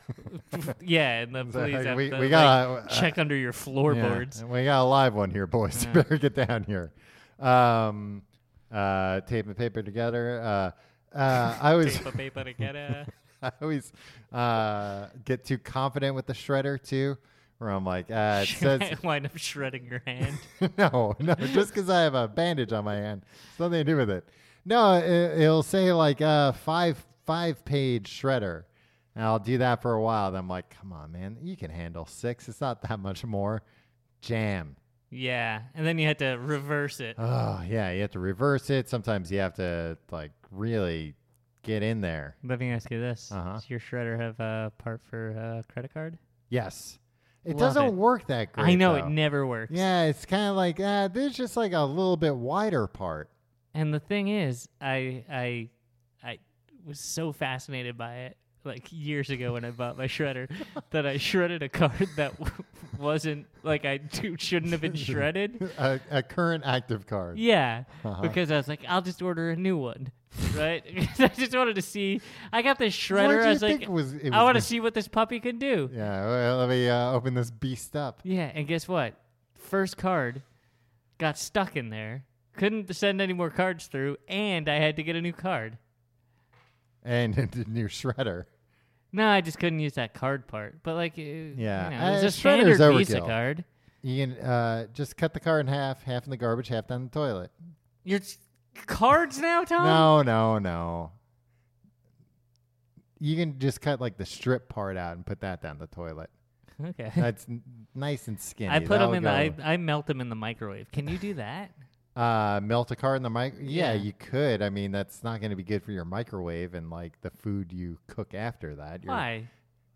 S3: yeah, and the police
S2: like,
S3: have
S2: we-
S3: to
S2: we
S3: like,
S2: gotta- uh,
S3: check under your floorboards.
S2: Yeah, we got a live one here, boys. <laughs> You better get down here. Um, uh, tape and paper together. Uh, uh, I always,
S3: Tape a paper to get a-
S2: <laughs> I always uh, get too confident with the shredder too, where I'm like, uh, it
S3: <laughs>
S2: says
S3: wind up shredding your hand.
S2: <laughs> no, no, just because I have a bandage on my hand, it's nothing to do with it. No, it, it'll say like uh, five five page shredder, and I'll do that for a while. Then I'm like, come on, man, you can handle six. It's not that much more. Jam.
S3: Yeah, and then you had to reverse it.
S2: Oh yeah, you have to reverse it. Sometimes you have to like really get in there.
S3: Let me ask you this:
S2: Uh-huh.
S3: Does your shredder have a part for uh, credit card?
S2: Yes, it
S3: Love
S2: doesn't
S3: it.
S2: work that great.
S3: I know
S2: though.
S3: it never works.
S2: Yeah, it's kind of like ah, there's just like a little bit wider part. <laughs>
S3: And the thing is, I I I was so fascinated by it like years ago when I bought
S2: <laughs>
S3: my shredder that I shredded a card that <laughs> w- wasn't like I <laughs> do,
S2: <laughs>
S3: shouldn't have been shredded.
S2: a, a current active card.
S3: Yeah,
S2: Uh-huh.
S3: because I was like, I'll just order a new one, <laughs> right? I just wanted to see. I got this
S2: What
S3: shredder.
S2: did
S3: I
S2: you
S3: was like,
S2: think was- it
S3: I
S2: was
S3: want to
S2: gonna-
S3: see what this puppy can do.
S2: <laughs> Yeah, well, let me uh, open this beast up.
S3: Yeah, and guess what? First card got stuck in there. Couldn't send any more cards through, and I had to get a new card.
S2: and <laughs> into your shredder.
S3: No, I just couldn't use that card part. But like, yeah, you know,
S2: Uh,
S3: it's a
S2: Shredder's
S3: standard Visa
S2: overkill.
S3: card.
S2: You can uh, just cut the car in half, half in the garbage, half down the toilet.
S3: Your s- cards now, Tom?
S2: No, no, no. You can just cut like the strip part out and put that down the
S3: <laughs>
S2: toilet.
S3: Okay.
S2: That's n- nice and skinny.
S3: I put them
S2: That'll
S3: in the. I,
S2: go.
S3: I melt them in the microwave. Can you do that?
S2: uh, melt a car in the mic. Yeah,
S3: Yeah.
S2: you could. I mean, that's not going to be good for your microwave and like the food you cook after that. <laughs> You're-
S3: Why?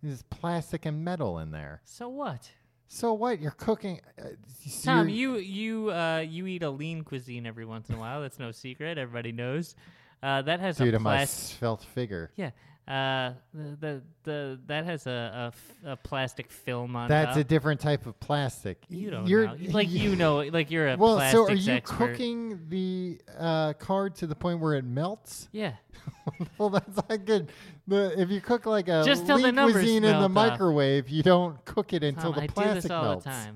S2: There's plastic and metal in there.
S3: So what?
S2: So what? You're cooking. Uh, so
S3: Tom,
S2: you're-
S3: you you uh, you eat a lean cuisine every once in a while. That's no secret. Everybody knows. Uh, that has
S2: due
S3: a
S2: to my
S3: plastic.
S2: svelte figure.
S3: Yeah. Uh, the, the the that has a, a, f- a plastic film on
S2: That's a
S3: top.
S2: different type of plastic.
S3: you don't
S2: You're-
S3: know.
S2: <laughs>
S3: Like you know, like you're a
S2: Well, so are
S3: plastics
S2: you
S3: expert.
S2: cooking the uh, card to the point where it melts? <laughs>
S3: Yeah.
S2: well, that's not good. The, if you cook like a
S3: Just till the
S2: lean
S3: numbers
S2: cuisine in the
S3: melt off.
S2: microwave, you don't cook it until the
S3: Tom, I
S2: plastic
S3: do this all
S2: melts.
S3: the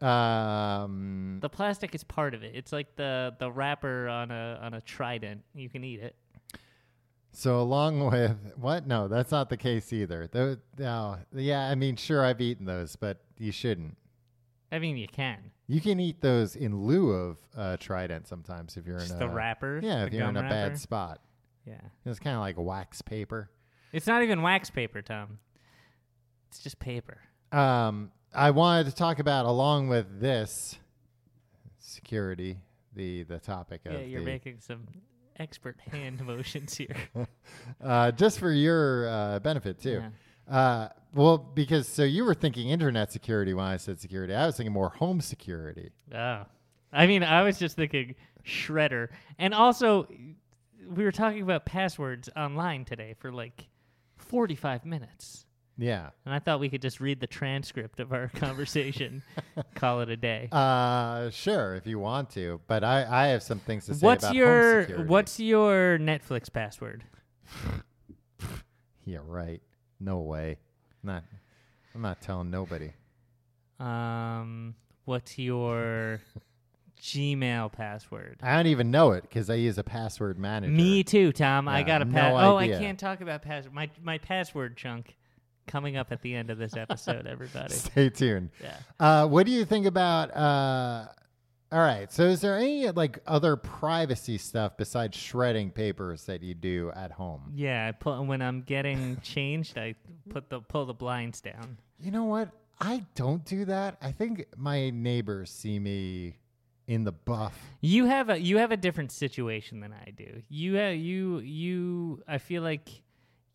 S3: time.
S2: Um,
S3: The plastic is part of it. It's like the the wrapper on a on a trident. You can eat it.
S2: so along with what? No, that's not the case either. Tho- no, yeah, I mean, sure, I've eaten those, but you shouldn't.
S3: I mean, you can.
S2: You can eat those in lieu of uh, Trident sometimes if you're
S3: Just
S2: in
S3: the
S2: a
S3: wrapper,
S2: Yeah,
S3: the
S2: if you're in a
S3: gum wrapper.
S2: bad spot,
S3: Yeah.
S2: it's kind of like wax paper.
S3: It's not even wax paper, Tom. It's just paper.
S2: um, I wanted to talk about along with this security, the the topic of
S3: Yeah, you're
S2: the,
S3: making some expert hand <laughs> motions here.
S2: uh, just for your uh, benefit too.
S3: Yeah.
S2: Uh, well, because so you were thinking internet security when I said security, I was thinking more home security.
S3: Oh. I mean, I was just thinking shredder. And also, we were talking about passwords online today for like 45 minutes.
S2: Yeah.
S3: And I thought we could just read the transcript of our <laughs> conversation, call it a day.
S2: Uh, sure, if you want to, but I, I have some things <laughs> to say
S3: what's
S2: about home
S3: your
S2: security.
S3: what's your Netflix password?
S2: yeah right? No way, not I'm not telling nobody.
S3: Um,
S2: <laughs>
S3: what's your Gmail password?
S2: I don't even know it because I use a password manager.
S3: Me too, Tom. I
S2: Yeah,
S3: got a
S2: no
S3: pass. oh, I
S2: idea.
S3: can't talk about password. My my password chunk coming up at the end of this
S2: <laughs>
S3: episode,
S2: <laughs>
S3: everybody.
S2: Stay tuned.
S3: Yeah.
S2: Uh, what do you think about? Uh, all right. So, is there any like other privacy stuff besides shredding papers that you do at home?
S3: Yeah, I pull, when I'm getting changed, I put the pull the blinds down.
S2: You know what? I don't do that. I think my neighbors see me in the buff.
S3: You have a you have a different situation than I do. You have you you. I feel like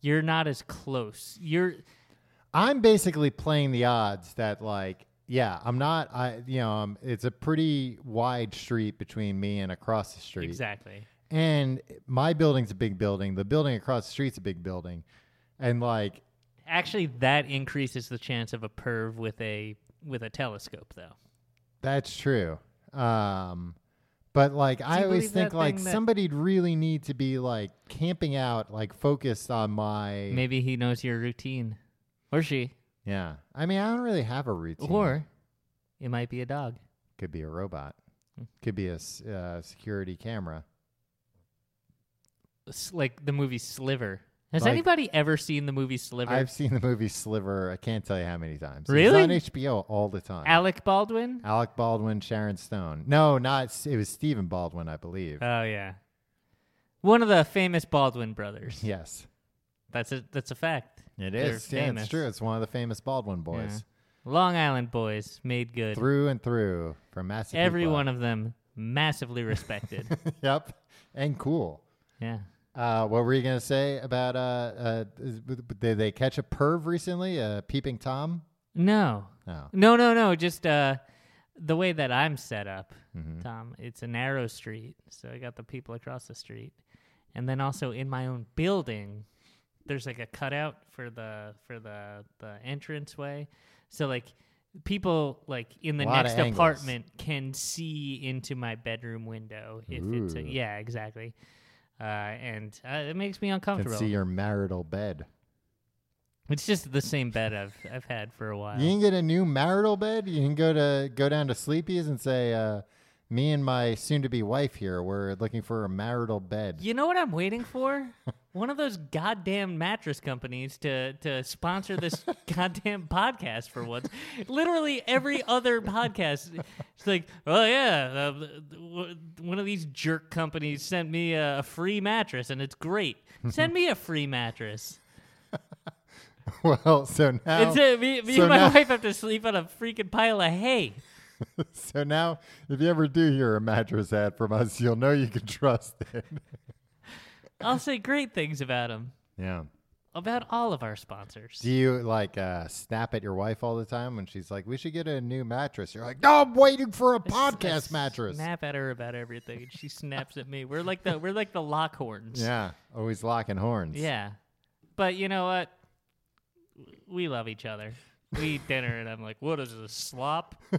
S3: you're not as close. You're
S2: I'm basically playing the odds that like. Yeah, I'm not. I, you know, um, it's a pretty wide street between me and across the street.
S3: exactly.
S2: And my building's a big building. The building across the street's a big building, and like
S3: Actually, that increases the chance of a perv with a with a telescope, though.
S2: That's true. Um, but like I
S3: you
S2: always
S3: believe
S2: think
S3: that
S2: like
S3: thing that-
S2: somebody'd really need to be like camping out, like focused on my
S3: Maybe he knows your routine, or she,
S2: yeah. I mean, I don't really have a routine.
S3: or it might be a dog.
S2: could be a robot,
S3: Hmm.
S2: could be a s- uh, security camera.
S3: S- Like the movie Sliver. Has
S2: Like-
S3: anybody ever seen the movie Sliver?
S2: I've seen the movie Sliver. I can't tell you how many times.
S3: Really?
S2: It's on HBO all the time.
S3: Alec Baldwin.
S2: Alec Baldwin, Sharon Stone. No, not S- it was Stephen Baldwin, I believe.
S3: Oh yeah, one of the famous Baldwin brothers.
S2: yes,
S3: That's a that's a fact.
S2: it
S3: They're
S2: is. Yeah,
S3: famous.
S2: it's true. It's one of the famous Baldwin boys.
S3: Yeah. Long Island boys made good.
S2: through and through from Massapequa.
S3: Every one of them massively
S2: <laughs>
S3: respected.
S2: yep, and cool.
S3: yeah.
S2: Uh, what were you gonna say about uh, uh, is- did they catch a perv recently? Uh, peeping Tom.
S3: No.
S2: No.
S3: No, no, no. Just uh, the way that I'm set up,
S2: Mm-hmm.
S3: Tom, it's a narrow street. So I got the people across the street. And then also in my own building, there's like a cutout for the for the the entrance way. So like people like in the
S2: Lot of
S3: next
S2: angles.
S3: apartment can see into my bedroom window if it's a,
S2: Ooh.
S3: yeah, exactly. Uh, and uh, it makes me
S2: Can
S3: uncomfortable.
S2: see your marital bed.
S3: It's just the same bed I've I've had for a while.
S2: You can get a new marital bed. You can go to go down to Sleepy's and say, uh, "Me and my soon-to-be wife here. We're looking for a marital bed."
S3: You know what I'm waiting for? one of those goddamn mattress companies to to
S2: <laughs>
S3: sponsor this goddamn podcast for once. Literally every other podcast, it's like, oh yeah, uh, w- one of these jerk companies sent me a, a free mattress and it's great. Send me a free mattress.
S2: <laughs> Well, so now
S3: It's it. Me, me
S2: so
S3: and my
S2: now-
S3: wife have to sleep on a freaking pile of hay.
S2: So now, if you ever do hear a mattress ad from us, you'll know you can trust it.
S3: I'll say great things about them,
S2: Yeah.
S3: about all of our sponsors.
S2: Do you like uh, snap at your wife all the time when she's like, "We should get a new mattress"? You're like, "No, I'm waiting
S3: <laughs>
S2: for a podcast mattress."
S3: Snap at her about everything, and she snaps at me. We're like the we're like the lock horns.
S2: Yeah, always locking horns.
S3: Yeah. But you know what? We love each other. We eat dinner, and I'm like, what is this slop?
S2: <laughs>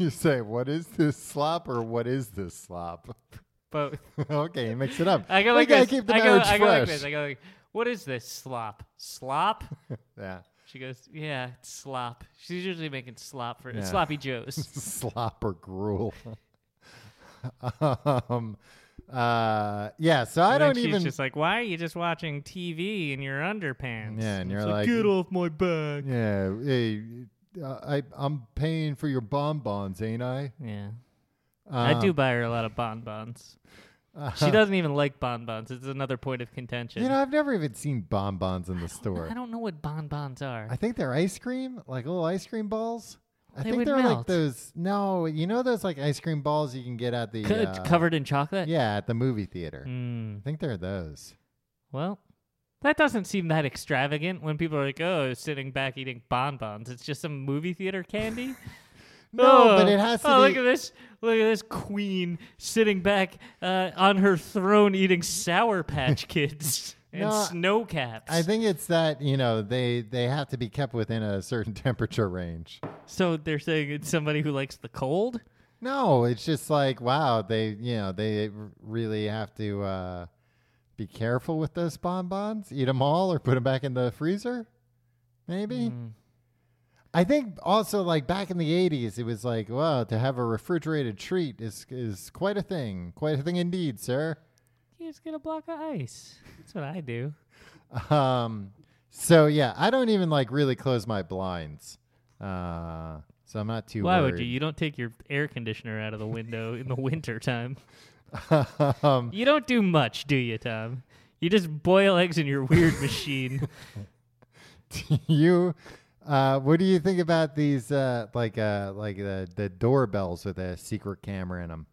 S2: You say, "What is this slop?" or "What is this slop?" <laughs>
S3: But
S2: okay, you mix it up.
S3: I go
S2: we
S3: like
S2: gotta
S3: this.
S2: keep the
S3: I go,
S2: marriage
S3: I go
S2: fresh.
S3: like this. I go like, what is this slop? Slop?
S2: yeah, <laughs>
S3: She goes, yeah, it's slop. She's usually making slop for
S2: Yeah.
S3: sloppy joes.
S2: slop or
S3: <laughs>
S2: gruel. <laughs> um, uh, yeah. So <laughs> I
S3: And then
S2: don't
S3: she's
S2: even.
S3: just like, why are you just watching TV in your underpants?
S2: Yeah, and
S3: It's
S2: you're like- "Mm."
S3: get off my back.
S2: Yeah, hey, uh, I I'm paying for your bonbons, ain't I?
S3: Yeah.
S2: Um,
S3: I do buy her a lot of bonbons. she doesn't even like bonbons. It's another point of contention.
S2: You know, I've never even seen bonbons in the store.
S3: <sighs> I don't know what bonbons are.
S2: I think they're ice cream, like little ice cream balls. I
S3: They
S2: think
S3: would
S2: they're like
S3: melt.
S2: those. No, you know those like ice cream balls you can get at the
S3: Co-
S2: uh,
S3: covered in chocolate?
S2: Yeah, at the movie theater.
S3: Mm,
S2: I think they're those.
S3: well, that doesn't seem that extravagant when people are like, oh, sitting back eating bonbons. It's just some movie theater candy?
S2: <laughs> No,
S3: oh,
S2: but it has to
S3: oh,
S2: be.
S3: look at this. Look at this queen sitting back uh, on her throne eating Sour Patch
S2: <laughs>
S3: Kids and
S2: No,
S3: snow caps.
S2: I think it's that you know they they have to be kept within a certain <laughs> temperature range.
S3: so they're saying it's somebody who likes the cold?
S2: No, it's just like wow, they you know they r- really have to uh, be careful with those bonbons. Eat them all or put them back in the freezer, maybe.
S3: Hmm.
S2: I think also like back in the eighties, it was like wow, to have a refrigerated treat is is quite a thing, quite a thing indeed, sir.
S3: You just get a block of ice. That's what I do.
S2: Um, so yeah, I don't even like really close my blinds, uh, so I'm not too.
S3: Why
S2: worried.
S3: would you? You don't take your air conditioner out of the window in the winter time.
S2: <laughs> um,
S3: You don't do much, do you, Tom? You just boil eggs in
S2: <laughs>
S3: your weird machine.
S2: you uh what do you think about these uh like uh like the the doorbells with a secret camera in them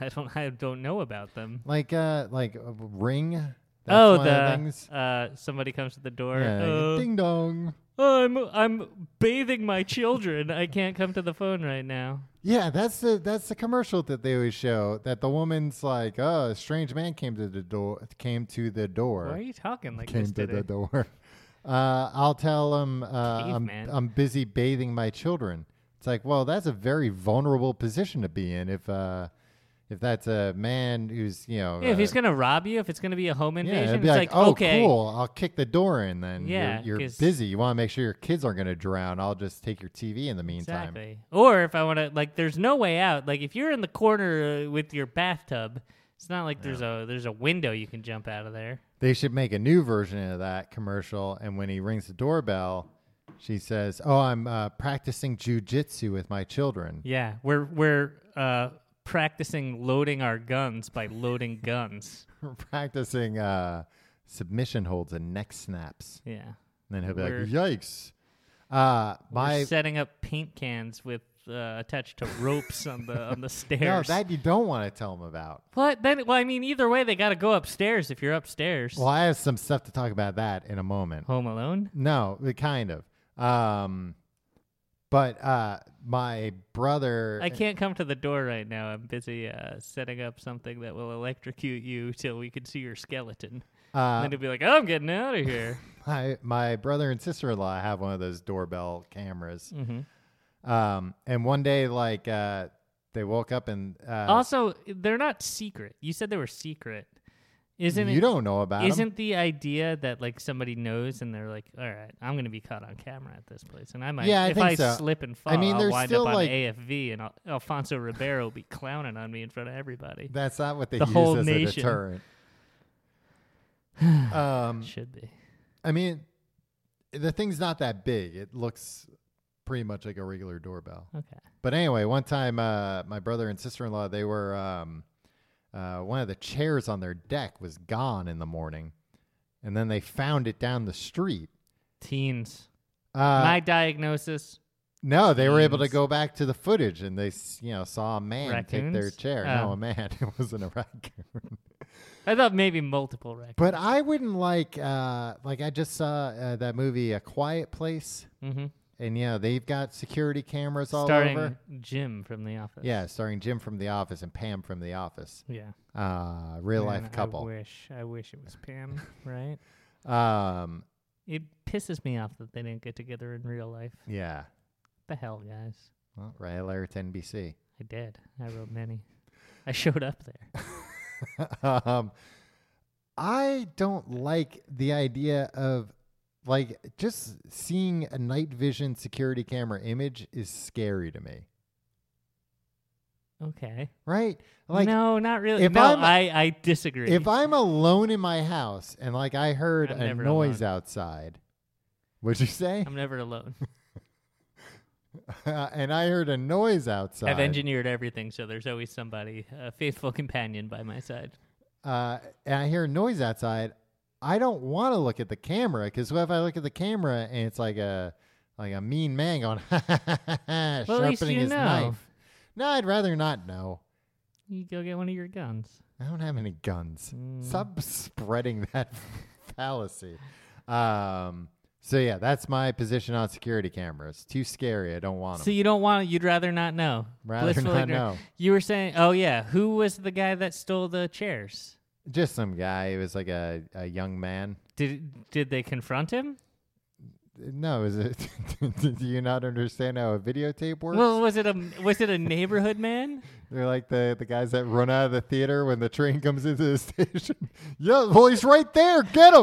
S3: I don't. I don't know about them.
S2: like uh like a ring That's
S3: oh,
S2: one of the things
S3: the uh, somebody comes to the door.
S2: yeah,
S3: "Uh,
S2: ding dong
S3: oh, I'm I'm bathing my children. I can't come to the phone right now.
S2: yeah that's the that's the commercial that they always show that the woman's like oh a strange man came to the door came to the door
S3: Why are you talking like
S2: came
S3: this
S2: to
S3: today?
S2: the door <laughs> uh i'll tell him uh I'm,
S3: Caveman.
S2: I'm busy bathing my children it's like well that's a very vulnerable position to be in if uh if that's a man who's you know
S3: Yeah, if he's
S2: uh,
S3: gonna rob you, if it's gonna be a home
S2: Yeah,
S3: invasion,
S2: it'd be
S3: it's
S2: like,
S3: like,
S2: oh,
S3: okay,
S2: cool. I'll kick the door in then.
S3: Yeah,
S2: you're, you're
S3: 'cause-
S2: busy. You want to make sure your kids aren't going to drown. I'll just take your TV in the meantime.
S3: Exactly. Or if I want to, like, there's no way out. Like, if you're in the corner uh, with your bathtub, it's not like there's a there's a window you can jump out of there.
S2: They should make a new version of that commercial. And when he rings the doorbell, she says, "Oh, I'm uh, practicing jujitsu with my children."
S3: Yeah, we're we're uh, practicing loading our guns by
S2: <laughs>
S3: loading guns.
S2: practicing uh, submission holds and neck snaps.
S3: Yeah,
S2: And then he'll be
S3: We're-
S2: like, "Yikes!" Uh,
S3: we're
S2: my
S3: setting up paint cans with uh, attached to ropes on the
S2: <laughs>
S3: on the
S2: no,
S3: stairs.
S2: that you don't want to tell him about.
S3: But then, well, I mean, either way, they got to go upstairs if you're upstairs.
S2: Well, I have some stuff to talk about that in a moment.
S3: Home Alone.
S2: No, it kind of. Um, but uh, my brother.
S3: I can't come to the door right now. I'm busy uh, setting up something that will electrocute you till we can see your skeleton. and
S2: Uh,
S3: then he'll be like, I'm getting out of here.
S2: <laughs> my my brother and sister in law have one of those doorbell cameras.
S3: Mm-hmm.
S2: Um, and one day, like, uh, they woke up and <laughs> uh,
S3: also, they're not secret. You said they were secret. Isn't
S2: you
S3: it,
S2: don't know about 'em.
S3: Isn't the idea that like somebody knows and they're like, all right, I'm going to be caught on camera at this place, and I might,
S2: Yeah, I
S3: if
S2: think
S3: I
S2: so.
S3: slip and fall,
S2: I mean,
S3: will
S2: there's
S3: wind
S2: still,
S3: up on
S2: like-
S3: AFV, and Al- Alfonso Ribeiro will be clowning on me in front of everybody.
S2: That's not what they
S3: the
S2: use
S3: whole
S2: as a
S3: <sighs> nation.
S2: deterrent. Um,
S3: Should be.
S2: I mean, the thing's not that big. It looks pretty much like a regular doorbell.
S3: Okay.
S2: But anyway, one time uh, my brother and sister in law, they were, um, uh, one of the chairs on their deck was gone in the morning. And then they found it down the street.
S3: Teens.
S2: Uh,
S3: My diagnosis.
S2: no, they were able to
S3: Teens.
S2: go back to the footage and they, s- you know, saw a man take their
S3: Raccoons?
S2: chair.
S3: Oh.
S2: No, a man. <laughs> It wasn't a raccoon.
S3: I thought maybe multiple records.
S2: but I wouldn't like, uh, like I just saw uh, that movie, A Quiet Place.
S3: mm-hmm.
S2: And yeah, they've got security cameras all
S3: Starting
S2: over.
S3: Jim from The Office.
S2: Yeah, starring Jim from The Office and Pam from The Office.
S3: Yeah.
S2: Uh, real
S3: Man,
S2: life
S3: I
S2: couple.
S3: wish. I wish it
S2: <laughs>
S3: was Pam, right?
S2: Um,
S3: It pisses me off that they didn't get together in real life.
S2: yeah.
S3: The hell, guys.
S2: Well, Ray Alert NBC.
S3: I did. I wrote many. I showed up there.
S2: <laughs> um, I don't like the idea of like just seeing a night vision security camera image is scary to me.
S3: Okay.
S2: Right? Like
S3: no, not really.
S2: if
S3: no,
S2: I'm-
S3: I, I disagree.
S2: if I'm alone in my house and like I heard
S3: I'm
S2: a
S3: never
S2: noise
S3: alone.
S2: outside, would you say?
S3: I'm
S2: <laughs>
S3: never alone.
S2: and I heard a noise outside.
S3: I've engineered everything, so there's always somebody, a faithful <laughs> companion by my side.
S2: uh, and I hear a noise outside, I don't want to look at the camera because what if I look at the camera and it's like a like a mean man going <laughs>
S3: Well, at least
S2: sharpening
S3: you
S2: his
S3: know.
S2: knife? No, I'd rather not know.
S3: You go get one of your guns.
S2: I don't have any guns. Stop <laughs> spreading that <laughs> fallacy. Um, so yeah, that's my position on security cameras. Too scary. I don't want them.
S3: So you don't want it. You'd rather not know.
S2: Rather
S3: Blissful
S2: not know. <laughs>
S3: ignorance. oh,
S2: <laughs> Uh-huh. <laughs> Uh, Uh, Oh,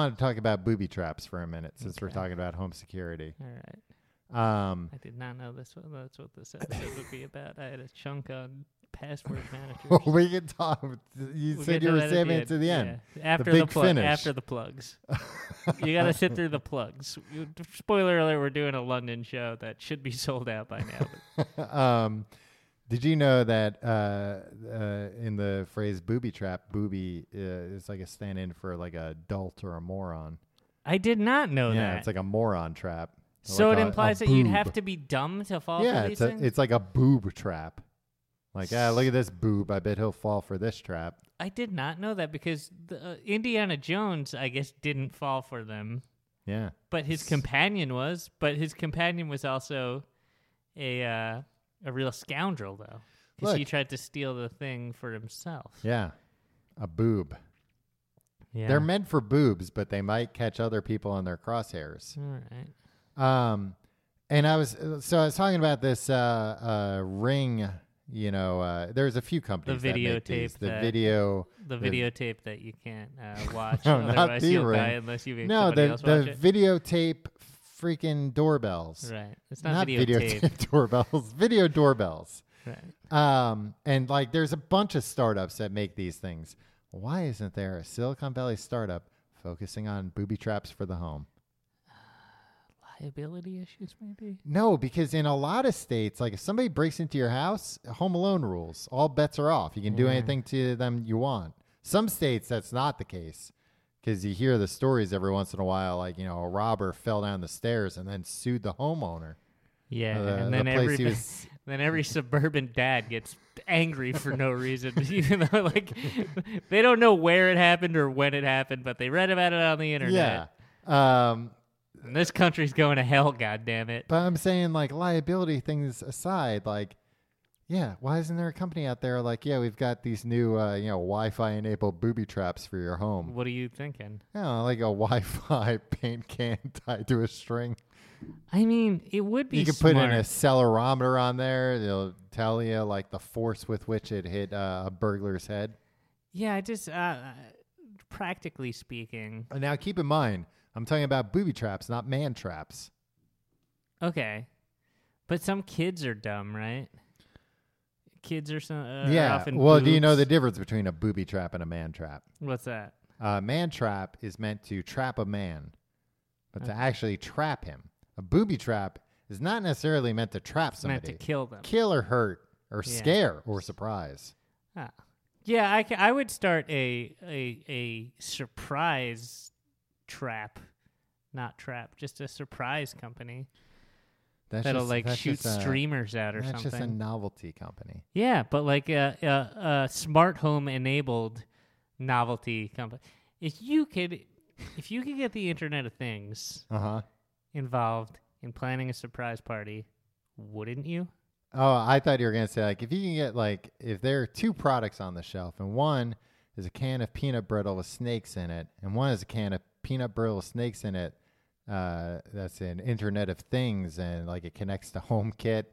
S2: um,
S3: uh, uh,
S2: Mm.
S3: uh,
S2: uh, Um, <laughs> <laughs> Um,
S3: <laughs>
S2: uh, uh, oh ah, Um,
S3: Oh, uh, uh,
S2: uh, you know, uh, there's a few companies that make these.
S3: videotape
S2: the
S3: that- <laughs>
S2: video,
S3: The videotape that you can't uh,
S2: <laughs>
S3: watch,
S2: No, not
S3: otherwise
S2: the
S3: you'll
S2: ring.
S3: die unless you make
S2: no,
S3: somebody
S2: the
S3: else watch
S2: the
S3: it.
S2: videotape freaking doorbells,
S3: right, it's
S2: not
S3: not, videotape.
S2: videotape <laughs> doorbells, video doorbells. <laughs>
S3: Right.
S2: Um, and like there's a bunch of startups that make these things. Why isn't there a Silicon Valley startup focusing on booby traps for the home?
S3: Liability issues, maybe.
S2: No, because in a lot of states, like if somebody breaks into your house, home alone rules. All bets are off. You can do anything to them you want. Some states, that's not the case because you hear the stories every once in a while, like, you know, a robber fell down the stairs and then sued the homeowner.
S3: Yeah,
S2: Uh, the-
S3: and
S2: the
S3: then
S2: place
S3: every <laughs>
S2: he was-
S3: then every suburban dad gets angry for no reason, <laughs> even though like they don't know where it happened or when it happened, but they read about it on the internet.
S2: Yeah. Um,
S3: and this country's going to hell, God damn it!
S2: But I'm saying, like, liability things aside, like, yeah, why isn't there a company out there like, yeah, we've got these new, uh, you know, Wi-Fi enabled booby traps for your home?
S3: What are you thinking?
S2: You know, like a <laughs> Wi-Fi paint can <laughs> tied to a string.
S3: I mean, it would be
S2: you could
S3: smart.
S2: put in a accelerometer on there. They'll tell you like the force with which it hit uh, a burglar's head.
S3: yeah. I just uh, practically speaking,
S2: And now, keep in mind, I'm talking about booby traps, not man traps.
S3: okay, but some kids are dumb, right? Kids are some uh, are
S2: yeah.
S3: Often
S2: Well, do you know the
S3: boobs.
S2: difference between a booby trap and a man trap?
S3: what's that?
S2: A Uh, man trap is meant to trap a man, but to actually trap him. A booby trap is not necessarily meant to trap
S3: It's
S2: somebody.
S3: meant to kill them.
S2: Kill or hurt or
S3: Yeah.
S2: scare or surprise.
S3: Ah. Yeah, I, ca- I would start a, a a surprise trap, not trap, just a surprise company
S2: That's
S3: that'll
S2: just-
S3: like
S2: that's
S3: shoot
S2: just a-
S3: streamers out or
S2: That's
S3: something.
S2: just a novelty company.
S3: yeah, but like a, a, a smart home enabled novelty company. If you could, if you could get the Internet of Things
S2: Uh huh.
S3: involved in planning a surprise party, wouldn't you?
S2: Oh, I thought you were gonna say like if you can get like if there are two products on the shelf and one is a can of peanut brittle with snakes in it and one is a can of peanut brittle with snakes in it. Uh, that's an Internet of Things and like it connects to <laughs> HomeKit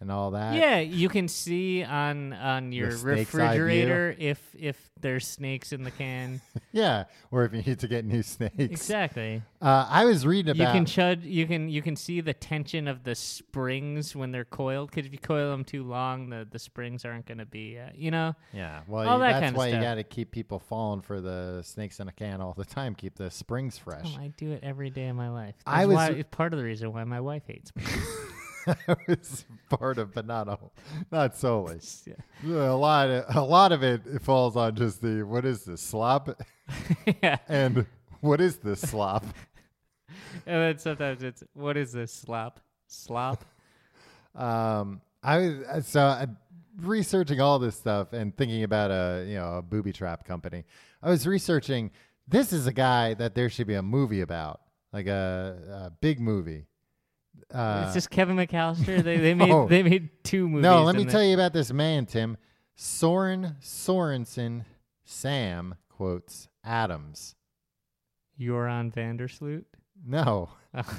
S2: and all that.
S3: yeah, you can see on on your
S2: snake's eye view.
S3: refrigerator if if there's snakes in
S2: <laughs>
S3: the can.
S2: yeah. Or if you need to get new <laughs> snakes.
S3: exactly.
S2: Uh, I was reading
S3: You
S2: about.
S3: can chud. You can you can see the tension of the springs when they're coiled. Because if you coil them too long, the the springs aren't going to be. Uh, you know.
S2: yeah, well,
S3: all
S2: you-
S3: that
S2: that's
S3: kind of
S2: why
S3: stuff.
S2: you got to keep people falling for the snakes in a can all the time. Keep the springs fresh. <laughs>
S3: Oh, I do it every day of my life.
S2: I
S3: That's
S2: was-
S3: why- it's part of the reason why my wife hates me. <laughs>
S2: I was part of, but not all, not solely.
S3: Yeah.
S2: A lot, of, a lot of it falls on just the what is this
S3: <laughs>
S2: slop,
S3: yeah,
S2: and what is this
S3: <laughs>
S2: slop?
S3: and then sometimes it's what is this slop? Slop.
S2: um, I was so I, researching all this stuff and thinking about a you know a booby trap company. I was researching. This is a guy that there should be a movie about, like a, a big movie. Uh,
S3: it's just Kevin McAllister. They
S2: <laughs>
S3: they made
S2: No.
S3: they made two movies.
S2: No, let
S3: and
S2: me
S3: the-
S2: tell you about this man, Tim. Soren Sorensen Sam quotes Adams.
S3: You're on Vandersloot. <laughs>
S2: No,
S3: Oh,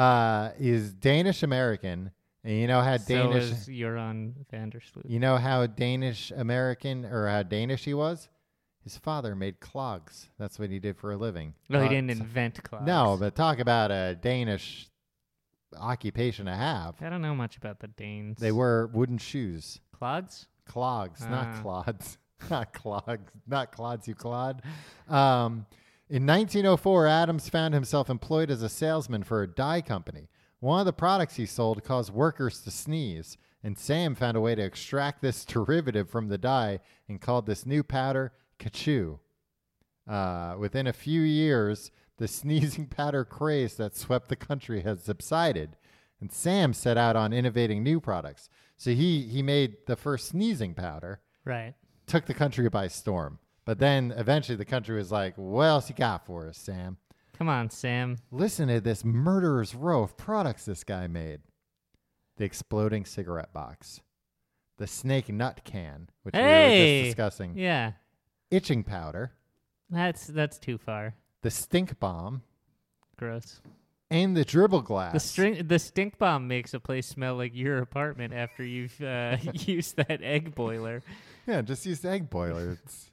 S2: uh, is Danish American, and you know how
S3: so
S2: Danish,
S3: is you're on Vandersloot.
S2: you know how Danish American or how Danish he was. His father made clogs. That's what he did for a living.
S3: No, he
S2: Clogs.
S3: didn't invent clocks.
S2: No, but talk about a Danish occupation to have.
S3: I don't know much about the Danes.
S2: They wear wooden shoes.
S3: clogs.
S2: clogs,
S3: Ah.
S2: not clods, <laughs> not clogs, not clods. You clod. Um, in 1904, Adams found himself employed as a salesman for a dye company. One of the products he sold caused workers to sneeze, and Sam found a way to extract this <laughs> derivative from the dye and called this new powder cachu. Uh, within a few years, the <laughs> sneezing powder craze that swept the country has subsided, and Sam set out on innovating new products. So he he made the first sneezing powder,
S3: Right.
S2: took the country by storm. But then eventually, the country was like, "What else you got for us, Sam?"
S3: Come on, Sam.
S2: Listen to this murderer's row of products this guy made: the exploding cigarette box, the snake nut can, which we
S3: hey.
S2: were just discussing,
S3: Yeah.
S2: itching powder,
S3: That's that's too far.
S2: the stink bomb,
S3: Gross.
S2: and the dribble glass.
S3: The string, the stink bomb makes a place smell like your apartment after you've uh, <laughs> used that egg boiler.
S2: Yeah, just use the egg boiler. It's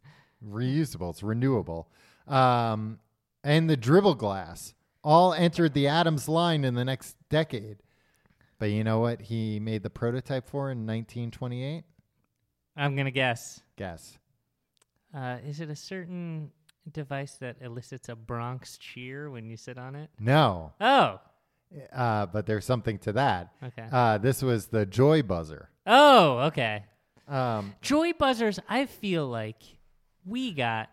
S2: reusable. It's renewable. Um, and the dribble glass all entered the Adams line in the next decade. But you know what? He made the prototype for in 1928.
S3: I'm gonna guess.
S2: Guess.
S3: Uh, is it a certain device that elicits a Bronx cheer when you sit on it?
S2: No.
S3: Oh,
S2: Uh, but there's something to that.
S3: Okay.
S2: Uh, this was the joy buzzer.
S3: oh, okay.
S2: Um,
S3: Joy buzzers. I feel like we got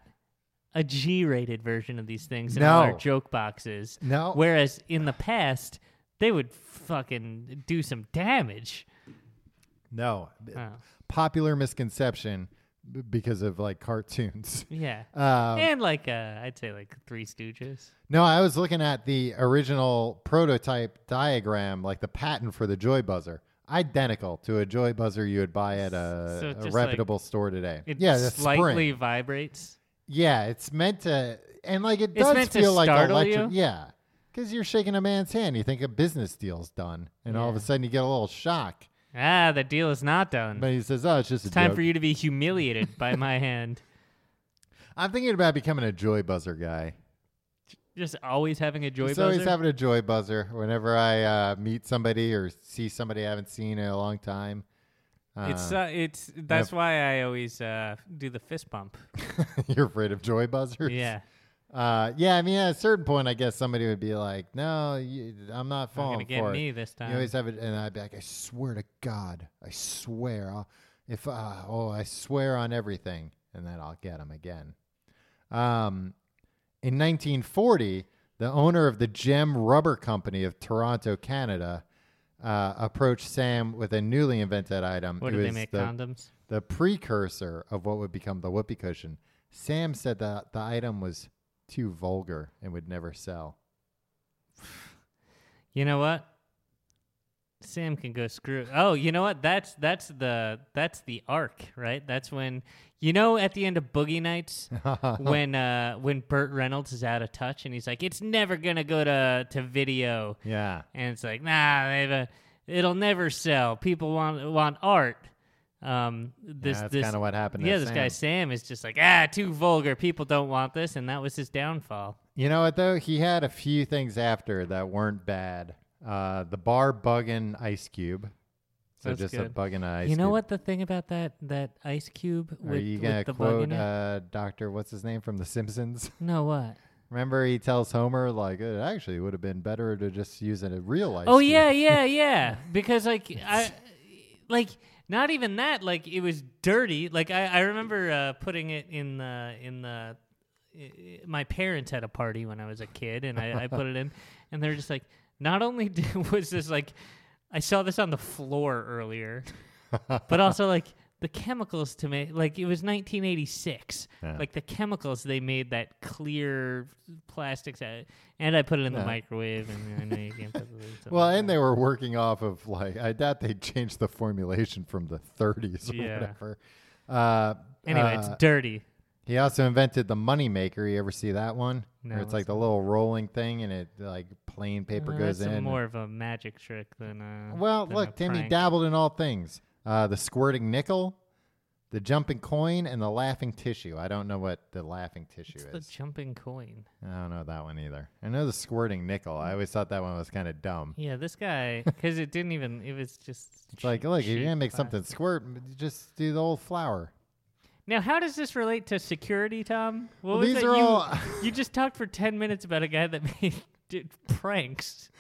S3: a G-rated version of these things in all
S2: No.
S3: our joke boxes.
S2: No.
S3: Whereas in the past, they would fucking do some damage.
S2: no.
S3: Oh,
S2: Popular misconception b- because of like cartoons. <laughs>
S3: yeah.
S2: Um,
S3: and like uh, I'd say like Three Stooges.
S2: No, I was looking at the original prototype diagram, like the patent for the Joy Buzzer, identical to a Joy Buzzer you would buy at
S3: So
S2: a,
S3: it's
S2: a
S3: just
S2: reputable store today.
S3: It
S2: yeah, that's
S3: slightly
S2: spring.
S3: vibrates.
S2: Yeah, it's meant to, and like it
S3: It's
S2: does
S3: meant to
S2: feel like
S3: startle
S2: electric.
S3: you?
S2: Yeah, because you're shaking a man's hand, you think a business deal's done, and all of a sudden you get a little shock.
S3: Ah, the deal is not done.
S2: But he says, "Oh, it's just
S3: it's
S2: a
S3: time
S2: joke."
S3: for you to be humiliated by my <laughs> hand.
S2: I'm thinking about becoming a Joy Buzzer guy.
S3: Just always having a joy
S2: Just
S3: buzzer.
S2: always having a joy buzzer whenever I uh, meet somebody or see somebody I haven't seen in a long time.
S3: it's uh, it's
S2: Ah.
S3: that's why I always uh, do the fist bump.
S2: <laughs> You're afraid of joy buzzers?
S3: Yeah,
S2: Uh, yeah, I mean, at a certain point, I guess somebody would be like, no, you, I'm not
S3: Not gonna
S2: falling
S3: get
S2: for
S3: me
S2: it.
S3: this time.
S2: You always have it. And I'd be like, I swear to God, I swear. I'll, if uh, Oh, I swear on everything. And then I'll get them again. Um, in 1940, the owner of the Gem Rubber Company of Toronto, Canada, uh, approached Sam with a newly invented item.
S3: What
S2: It
S3: do they
S2: was
S3: make, condoms?
S2: The precursor of what would become the whoopee cushion. Sam said that the item was too vulgar and would never sell.
S3: You know what? Sam can go screw. Oh, you know what? That's that's the that's the arc, right? That's when you know at the end of Boogie
S2: <laughs>
S3: Nights when uh when Burt Reynolds is out of touch and he's like, it's never gonna go to to video,
S2: Yeah.
S3: and it's like, nah, they've uh, it'll never sell. People want want art. Um, this
S2: that's
S3: this
S2: kinda what happened to
S3: Yeah, this guy
S2: Sam.
S3: Sam is just like, ah, too vulgar. People don't want this, and that was his downfall.
S2: You know what, though? He had a few things after that weren't bad. Uh, the bar buggin' ice cube. So
S3: That's
S2: just a
S3: good.
S2: buggin' ice
S3: you know
S2: cube.
S3: what the thing about that that ice cube
S2: Are
S3: with,
S2: you
S3: with
S2: gonna
S3: the bug
S2: quote
S3: in it?
S2: uh, Doctor? What's his name from The Simpsons? <laughs>
S3: no, what?
S2: Remember, he tells Homer like it actually would have been better to just use it in real life.
S3: Oh yeah, yeah, yeah. Because like I, like not even that. Like it was dirty. Like I, I remember uh, putting it in the in the. i- My parents had a party when I was a kid, and I, I put it in, and they're just like, not only <laughs> did, was this like, I saw this on the floor earlier, but also like the chemicals to make like it was 1986 like the chemicals they made that clear plastics out and i put it in the microwave and i know you can't put it in something
S2: Well,
S3: like
S2: and they were working off of like I doubt they changed the formulation from the 30s or
S3: Yeah.
S2: whatever. Uh,
S3: that. anyway
S2: uh,
S3: it's dirty
S2: he also invented the money maker. You ever see that one? Where
S3: No,
S2: it's like the little rolling thing, and it like plain paper
S3: Uh,
S2: goes
S3: that's a
S2: in.
S3: more of a magic trick than a
S2: Well,
S3: than a
S2: look, Tim, he
S3: prank.
S2: dabbled in all things: uh, the squirting nickel, the jumping coin, and the laughing tissue. I don't know what the laughing tissue
S3: What's the
S2: is.
S3: jumping coin
S2: I don't know that one either. I know the squirting nickel.
S3: Mm.
S2: I always thought that one was kind of dumb.
S3: yeah
S2: <laughs>
S3: this guy because it didn't even it was just
S2: It's like,
S3: cheap-
S2: look, if you're
S3: cheap
S2: gonna make
S3: plastic.
S2: something squirt, m- just do the old flower.
S3: Now, how does this relate to security, Tom? What
S2: Well,
S3: was
S2: these
S3: that
S2: are
S3: you,
S2: all- <laughs>
S3: you just talked for ten minutes about a guy that <laughs> made did pranks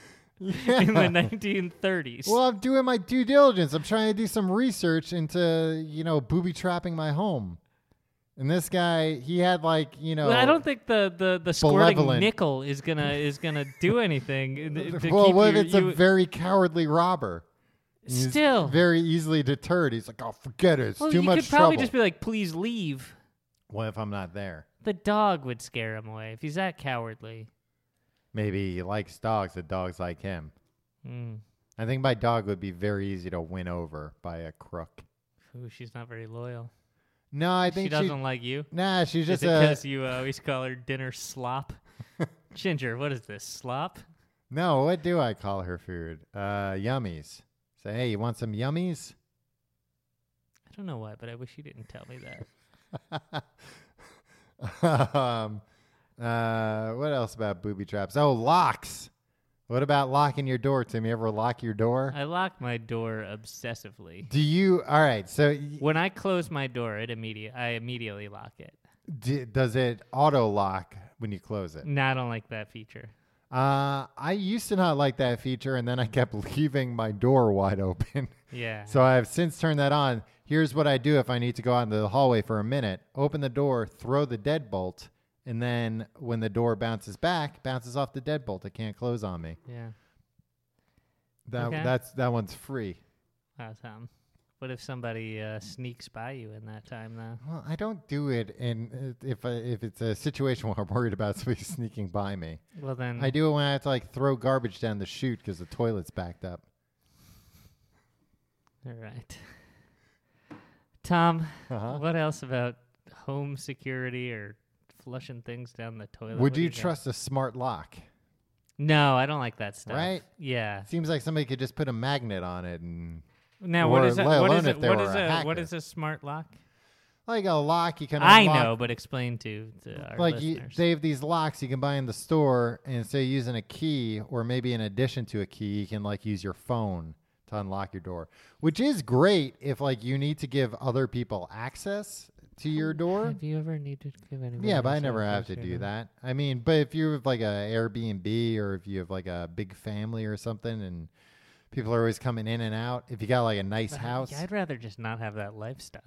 S3: in the nineteen thirties.
S2: Well, I'm doing my due diligence. I'm trying to do some research into, you know, booby trapping my home. And this guy, he had like, you know,
S3: I don't think the the, the squirting
S2: Malevolent.
S3: nickel is gonna is gonna do
S2: <laughs>
S3: anything. in- to
S2: well,
S3: keep
S2: what
S3: you-
S2: if it's
S3: you-
S2: a very cowardly robber? He's
S3: still
S2: very easily deterred. He's like, oh, forget it. It's
S3: well,
S2: too
S3: you
S2: much
S3: could probably
S2: trouble.
S3: just be like, please leave.
S2: what if I'm not there?
S3: The dog would scare him away if he's that cowardly.
S2: Maybe he likes dogs. The dogs like him.
S3: Mm.
S2: I think my dog would be very easy to win over by a crook.
S3: Ooh, she's not very loyal.
S2: No, I think
S3: She
S2: she
S3: doesn't like you.
S2: Nah, she's just
S3: is it uh,
S2: a. <laughs>
S3: because you uh, always call her dinner slop? Ginger, what is this slop?
S2: No, what do I call her food? Uh, yummies. Say, hey, you want some yummies? <laughs>
S3: I don't know why, but I wish you didn't tell me that.
S2: um, uh, what else about booby traps? Oh, locks. What about locking your door, Tim? You ever lock your door?
S3: I lock my door obsessively.
S2: do you? All right. So, y-
S3: When I close my door, it immediate I immediately lock it.
S2: d- does it auto lock when you close it?
S3: No, I don't like that feature.
S2: Uh, I used to not like that feature, and then I kept <laughs> leaving my door wide open.
S3: Yeah.
S2: So I have since turned that on. Here's what I do if I need to go out into the hallway for a minute open the door, throw the deadbolt, and then when the door bounces back, bounces off the deadbolt. It can't close on me.
S3: yeah.
S2: That,
S3: Okay.
S2: that's, that one's free.
S3: Wow, Tom. um, What if somebody uh, sneaks by you in that time, though?
S2: Well, I don't do it in, uh, if, I, if it's a situation <laughs> where I'm worried about somebody sneaking by me.
S3: Well, then
S2: I do it when I have to like throw garbage down the chute because the toilet's backed up.
S3: All right. <laughs> Tom,
S2: Uh-huh.
S3: what else about home security or flushing things down the toilet? What
S2: Would
S3: do
S2: you
S3: think?
S2: trust a smart lock?
S3: No, I don't like that stuff.
S2: Right?
S3: Yeah.
S2: Seems like somebody could just put a magnet on it and
S3: Now,
S2: Or
S3: what is a,
S2: let
S3: what
S2: alone
S3: is a,
S2: if they
S3: what
S2: were
S3: is
S2: a
S3: a, what
S2: hacker.
S3: is a smart lock?
S2: like a lock you can
S3: I
S2: unlock.
S3: know, but explain to, to our
S2: like you,
S3: listeners.
S2: they have these locks you can buy in the store and instead of using a key or maybe in addition to a key you can like use your phone to unlock your door which is great if like you need to give other people access to your door
S3: Have you ever needed to give anyone?
S2: yeah but i
S3: else
S2: never have
S3: access
S2: to
S3: to
S2: do
S3: your door?
S2: that i mean but if you have like a airbnb or if you have like a big family or something and people are always coming in and out if you got like a nice <laughs>
S3: But,
S2: house
S3: yeah, I'd rather just not have
S2: <laughs>
S3: that lifestyle.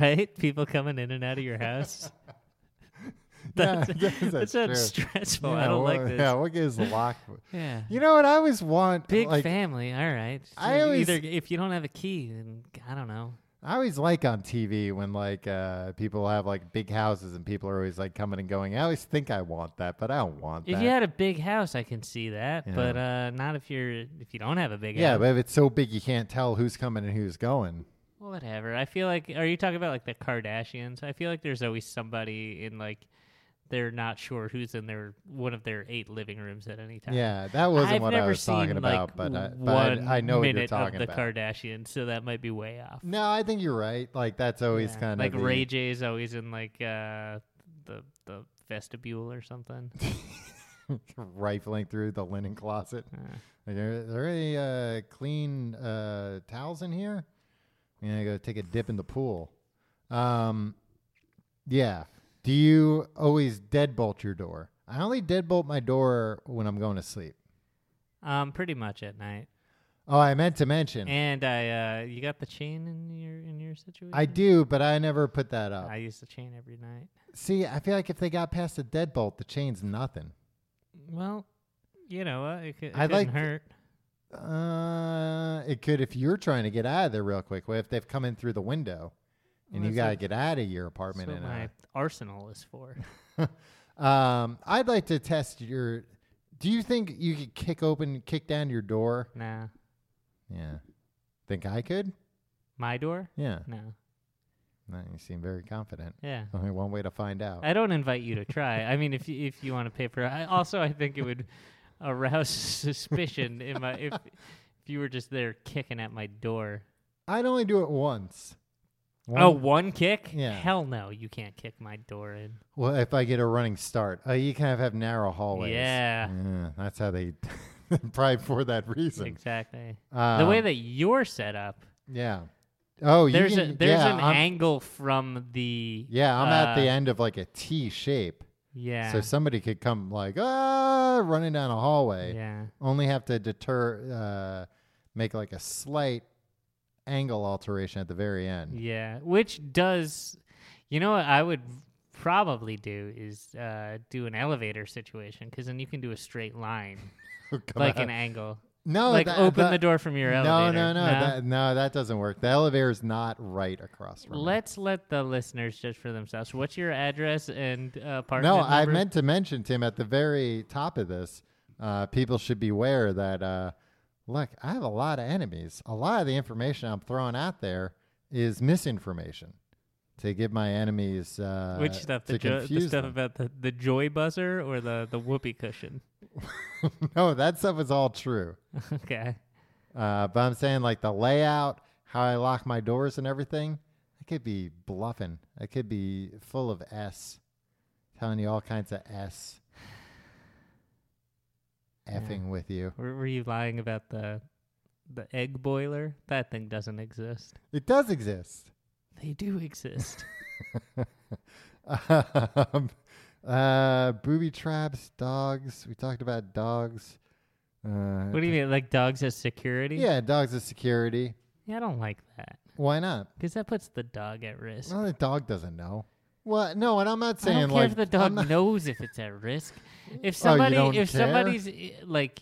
S3: right? People coming in and out of your house. <laughs> That's,
S2: <laughs> Yeah, I guess
S3: that
S2: that's
S3: sounds
S2: true.
S3: <laughs> stressful.
S2: You
S3: I
S2: know,
S3: don't like
S2: what-
S3: this.
S2: yeah what is lock
S3: <laughs> Yeah.
S2: you know what i always want
S3: Big
S2: like,
S3: family. All right.
S2: I
S3: So
S2: always-
S3: either if you don't have a key, then I don't know.
S2: I always like on TV when like uh, people have like big houses and people are always like coming and going. I always think I want that, but I don't want
S3: If
S2: that.
S3: you had a big house, I can see that.
S2: Yeah.
S3: But uh, not if you're if you don't have a big
S2: yeah,
S3: house.
S2: but if it's so big you can't tell who's coming and who's going.
S3: Whatever. I feel like are you talking about like the Kardashians? I feel like there's always somebody in like they're not sure who's in their one of their eight living rooms at any time.
S2: Yeah, that wasn't
S3: I've
S2: what
S3: never
S2: I was
S3: seen,
S2: talking about,
S3: like,
S2: but I, but
S3: one
S2: I know what
S3: minute
S2: you're talking
S3: of the
S2: about.
S3: Kardashians, so that might be way off.
S2: no, I think you're right. Like that's always
S3: Yeah.
S2: kind
S3: like
S2: of the-
S3: Ray J's always in like uh, the the vestibule or something.
S2: rifling through the linen closet.
S3: Yeah.
S2: Like, are there any uh, clean uh, towels in here? I'm gonna go take a dip in the pool. Um, yeah. Do you always deadbolt your door? I only deadbolt my door when I'm going to sleep.
S3: Um, pretty much at night.
S2: Oh, I meant to mention
S3: And I, uh, you got the chain in your in your situation.
S2: I uh, do, but I never put that up.
S3: I use the chain every night.
S2: See, I feel like if they got past the deadbolt, the chain's nothing.
S3: Well, you know, uh, it, cou- it
S2: I
S3: couldn't
S2: like-
S3: hurt.
S2: Uh, it could if you're trying to get out of there real quick. What if they've come in through the window and
S3: Well,
S2: you
S3: that's
S2: got to
S3: what-
S2: get out of your
S3: That's
S2: apartment uh,
S3: what
S2: and
S3: my
S2: out?
S3: arsenal is for.
S2: <laughs> Um, I'd like to test your. Do you think you could kick open, kick down your door?
S3: <laughs> nah,
S2: Yeah. Think I could?
S3: my door.
S2: Yeah. Oh.
S3: No.
S2: No, you seem very confident.
S3: Yeah.
S2: Only one way to find out.
S3: I don't invite you to try. I mean, if you, if you want to pay for, I, also I think it would <laughs> arouse <laughs> suspicion in my if if you were just there kicking at my door.
S2: I'd only do it once.
S3: Oh,
S2: One-
S3: one kick?
S2: Yeah.
S3: Hell no, you can't kick my door in.
S2: Well, if I get a running start, uh, you kind of have narrow hallways.
S3: Yeah.
S2: that's how they. <laughs> probably for that reason.
S3: Exactly. the way
S2: Um,
S3: that you're set up,
S2: Yeah. Oh, you
S3: there's
S2: can-
S3: a there's
S2: yeah,
S3: an
S2: I'm-
S3: angle from the
S2: Yeah, I'm at the
S3: uh,
S2: end of like a T shape,
S3: Yeah.
S2: so somebody could come like ah running down a hallway.
S3: yeah.
S2: only have to deter uh, make like a slight angle alteration at the very end
S3: Yeah, which does, you know, what I would probably do is uh, do an elevator situation because then you can do a straight line,
S2: <laughs> <laughs> Come
S3: like
S2: out.
S3: an angle.
S2: no
S3: like
S2: that-
S3: open
S2: that-
S3: the door from your
S2: no
S3: elevator.
S2: no no
S3: No?
S2: that, no that doesn't work the elevator is not right across from it.
S3: Let's let the listeners judge for themselves. What's your address and uh, apartment?
S2: no i
S3: number?
S2: meant to mention tim at the very top of this uh, people should beware that uh, look i have a lot of enemies a lot of the information i'm throwing out there is misinformation to give my enemies uh,
S3: Which stuff? The,
S2: to
S3: jo- the
S2: confuse
S3: stuff
S2: them.
S3: about the, the joy buzzer or the, the whoopee cushion?
S2: <laughs> no, that stuff is all true.
S3: <laughs> okay.
S2: Uh, but I'm saying like the layout, how I lock my doors and everything, I could be bluffing. I could be full of S, telling you all kinds of S, effing with you.
S3: Were, were you lying about the the egg boiler? That thing doesn't exist.
S2: It does exist. <laughs>
S3: They do exist.
S2: um, uh, booby traps, dogs. We talked about dogs. Uh,
S3: <laughs> what do you mean, like dogs as security?
S2: Yeah, dogs as security.
S3: Yeah, I don't like that
S2: Why not?
S3: because that puts the dog at risk.
S2: Well, the dog doesn't know. Well, no, and I'm not
S3: I
S2: saying
S3: don't care
S2: like
S3: if the
S2: I'm
S3: dog
S2: not- <laughs> Oh,
S3: knows if it's at risk. If somebody,
S2: don't
S3: if
S2: care?
S3: somebody's i- like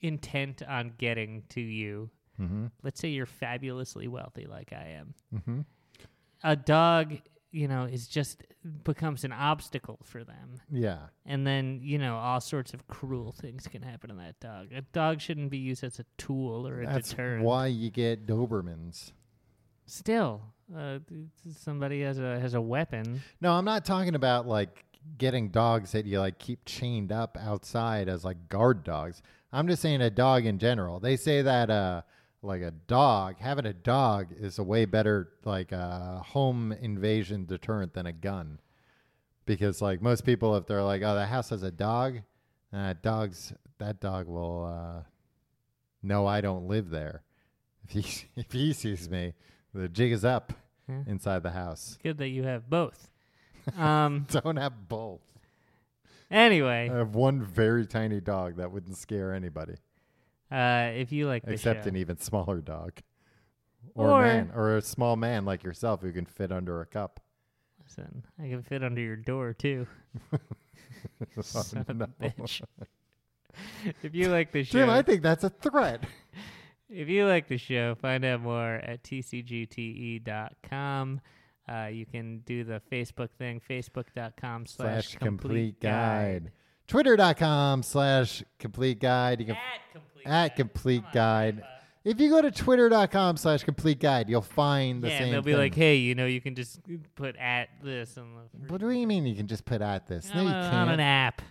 S3: intent on getting to you,
S2: Mm-hmm.
S3: let's say you're fabulously wealthy, like I am.
S2: <laughs>
S3: A dog, you know, is just becomes an obstacle for them,
S2: Yeah.
S3: and then you know all sorts of cruel things can happen to that dog. A dog shouldn't be used as a tool or a
S2: That's
S3: deterrent.
S2: why you get Dobermans.
S3: Still, uh, th- th- somebody has a has a weapon.
S2: No, I'm not talking about like getting dogs that you like keep chained up outside as like guard dogs. I'm just saying a dog in general. They say that uh like a dog, having a dog is a way better like uh, home invasion deterrent than a gun. Because like most people if they're like, "Oh, the house has a dog," uh dogs that dog will uh no, I don't live there. If he <laughs> if he sees me, the jig is up
S3: Yeah.
S2: inside the house. <laughs>
S3: Good that you have both. Um.
S2: Don't have both.
S3: anyway,
S2: I have one very tiny dog that wouldn't scare anybody,
S3: Uh, if you like the
S2: except e-
S3: show.
S2: an even smaller dog. Or,
S3: Or-
S2: a man, or a small man like yourself who can fit under a cup. <laughs>
S3: Listen, I can fit under your door too. Son
S2: <laughs>
S3: of a bitch. <laughs> if you like the show,
S2: Jim, I think that's a threat.
S3: if you like the show, find out more at tcgte.com. E Uh, you can do the Facebook thing, facebook.com <laughs> slash complete guide.
S2: Twitter.com slash complete guide. You can
S3: At complete
S2: at complete guide. If you go to twitter.com slash complete guide, you'll find the
S3: yeah,
S2: same
S3: and they'll be
S2: thing.
S3: like, hey, you know, you can just put at this on the
S2: What do you mean you can just put at this? No,
S3: on,
S2: you
S3: a- on
S2: can't.
S3: an app.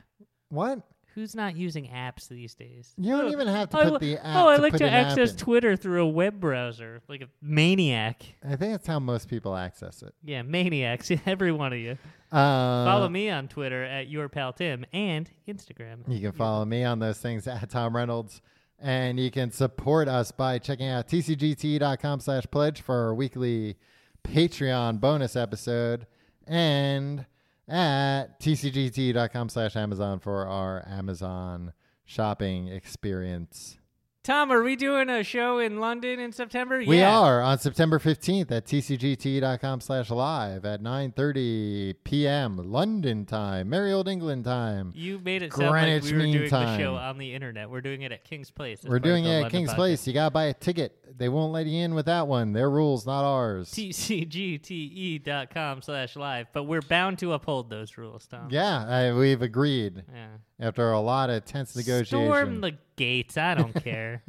S2: What?
S3: Who's not using apps these days?
S2: You don't
S3: Look,
S2: even have to
S3: I
S2: put
S3: li-
S2: the app
S3: Oh, I
S2: to
S3: like
S2: put
S3: to
S2: an app
S3: access
S2: in.
S3: Twitter through a web browser, like a maniac.
S2: I think that's how most people access it.
S3: Yeah, maniacs, <laughs> every one of you.
S2: Uh,
S3: Follow me on Twitter at your pal Tim and Instagram.
S2: You can follow me on those things at Tom Reynolds. And you can support us by checking out tcgt.com slash pledge for our weekly Patreon bonus episode and at tcgt.com slash Amazon for our Amazon shopping experience.
S3: Tom, are we doing a show in London in September?
S2: We
S3: Yeah.
S2: are on September 15th at tcgt.com slash live at 9.30 p.m. London time, merry old England time.
S3: You made it sound
S2: Greenwich
S3: like we were
S2: Mean
S3: doing the
S2: Time.
S3: show on the internet. We're doing it at King's Place. as
S2: We're
S3: part of
S2: doing
S3: the
S2: it at
S3: London
S2: King's
S3: podcast.
S2: Place. You got to buy a ticket. They won't let you in with that one. Their rules, not ours.
S3: TCGTE E dot com slash live. But we're bound to uphold those rules, Tom.
S2: yeah, I, we've agreed
S3: Yeah.
S2: after a lot of tense
S3: Storm
S2: negotiation.
S3: the gates.
S2: <laughs>
S3: I don't care.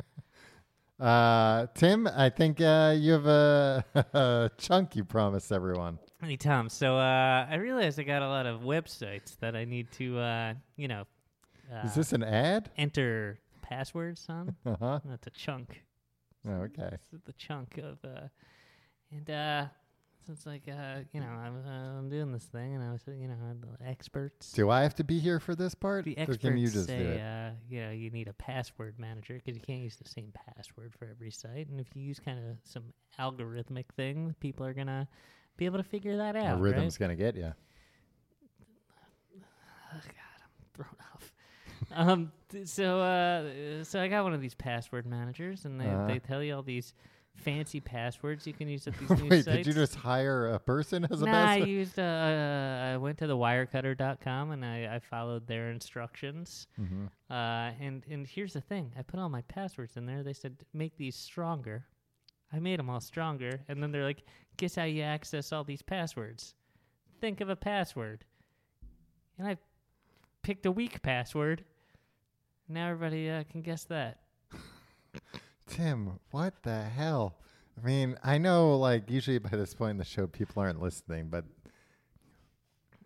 S2: uh, Tim, I think uh, you have a, <laughs> a chunk you promised everyone.
S3: Hey Tom, so uh, I realized I got a lot of websites that I need to, uh, you know, uh,
S2: Is this an ad?
S3: enter passwords on.
S2: <laughs> Uh-huh.
S3: That's a chunk.
S2: Oh, okay.
S3: This is the chunk of, uh, and uh, so it's like, uh, you know, I'm, uh, I'm doing this thing, and I was, you know, I'm the experts.
S2: Do I have to be here for this part?
S3: the
S2: or
S3: experts
S2: can you just
S3: say,
S2: do it?
S3: uh, you know, you need a password manager because you can't use the same password for every site, and if you use kind of some algorithmic thing, people are gonna be able to figure that out.
S2: The
S3: right?
S2: rhythm's going to get you.
S3: thrown off. <laughs> um, th- so uh, so I got one of these password managers, and they,
S2: Uh-huh.
S3: they tell you all these fancy passwords you can
S2: <laughs>
S3: use at these new
S2: Wait,
S3: sites.
S2: did you just hire a person as a
S3: Nah, I
S2: password?
S3: used. Uh, I went to the wirecutter.com and I, I followed their instructions.
S2: Mm-hmm.
S3: Uh, and and here's the thing: I put all my passwords in there. They said make these stronger. I made them all stronger, and then they're like, "Guess how you access all these passwords? Think of a password." And I picked a weak password. Now everybody uh, can guess that.
S2: Tim, what the hell? I mean, I know, like, usually by this point in the show, people aren't listening, but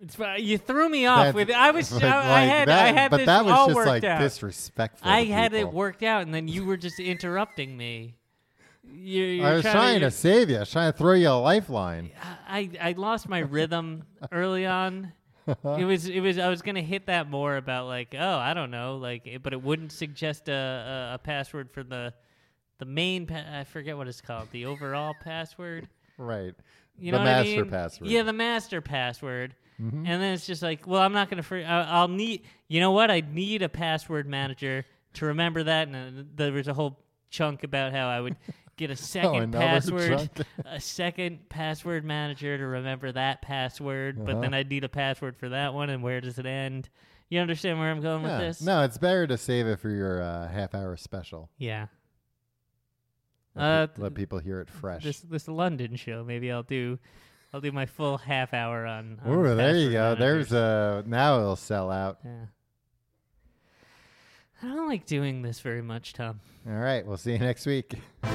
S3: It's, fi- you threw me off
S2: That-
S3: with I
S2: <laughs>
S3: was
S2: but,
S3: I, I
S2: like,
S3: had
S2: that-
S3: I had
S2: but
S3: this
S2: that was
S3: all
S2: just
S3: worked
S2: like
S3: out.
S2: disrespectful.
S3: I
S2: to
S3: had it
S2: people.
S3: worked out, and then you were just interrupting me. You, you're
S2: I was trying to save you. I was trying to throw you a lifeline.
S3: I, I lost my rhythm early on. It was it was I was gonna hit that more about like oh I don't know like it- but it wouldn't suggest a a, a password for the the main pa- I forget what it's called the overall password
S2: Right.
S3: you
S2: the
S3: know what I
S2: master
S3: mean?
S2: password. Mm-hmm.
S3: yeah the master password and then it's just like well I'm not gonna for- I, I'll need you know what I need a password manager to remember that and uh, there was a whole chunk about how
S2: <laughs>
S3: I would get a second
S2: Oh, another
S3: password
S2: chunk.
S3: a second password manager to remember that password,
S2: Uh-huh.
S3: but then I need a password for that one, and where does it end? You understand where I'm going
S2: Yeah.
S3: with this?
S2: No, it's better to save it for your uh, half hour special.
S3: Yeah.
S2: Let,
S3: Uh,
S2: pe- let people hear it fresh.
S3: This this London show, maybe I'll do, I'll do my full half hour on. on
S2: Ooh, there you
S3: uh,
S2: go.
S3: password managers.
S2: There's a now it'll sell out.
S3: Yeah. I don't like doing this very much, Tom.
S2: All right, we'll see you next week. <laughs>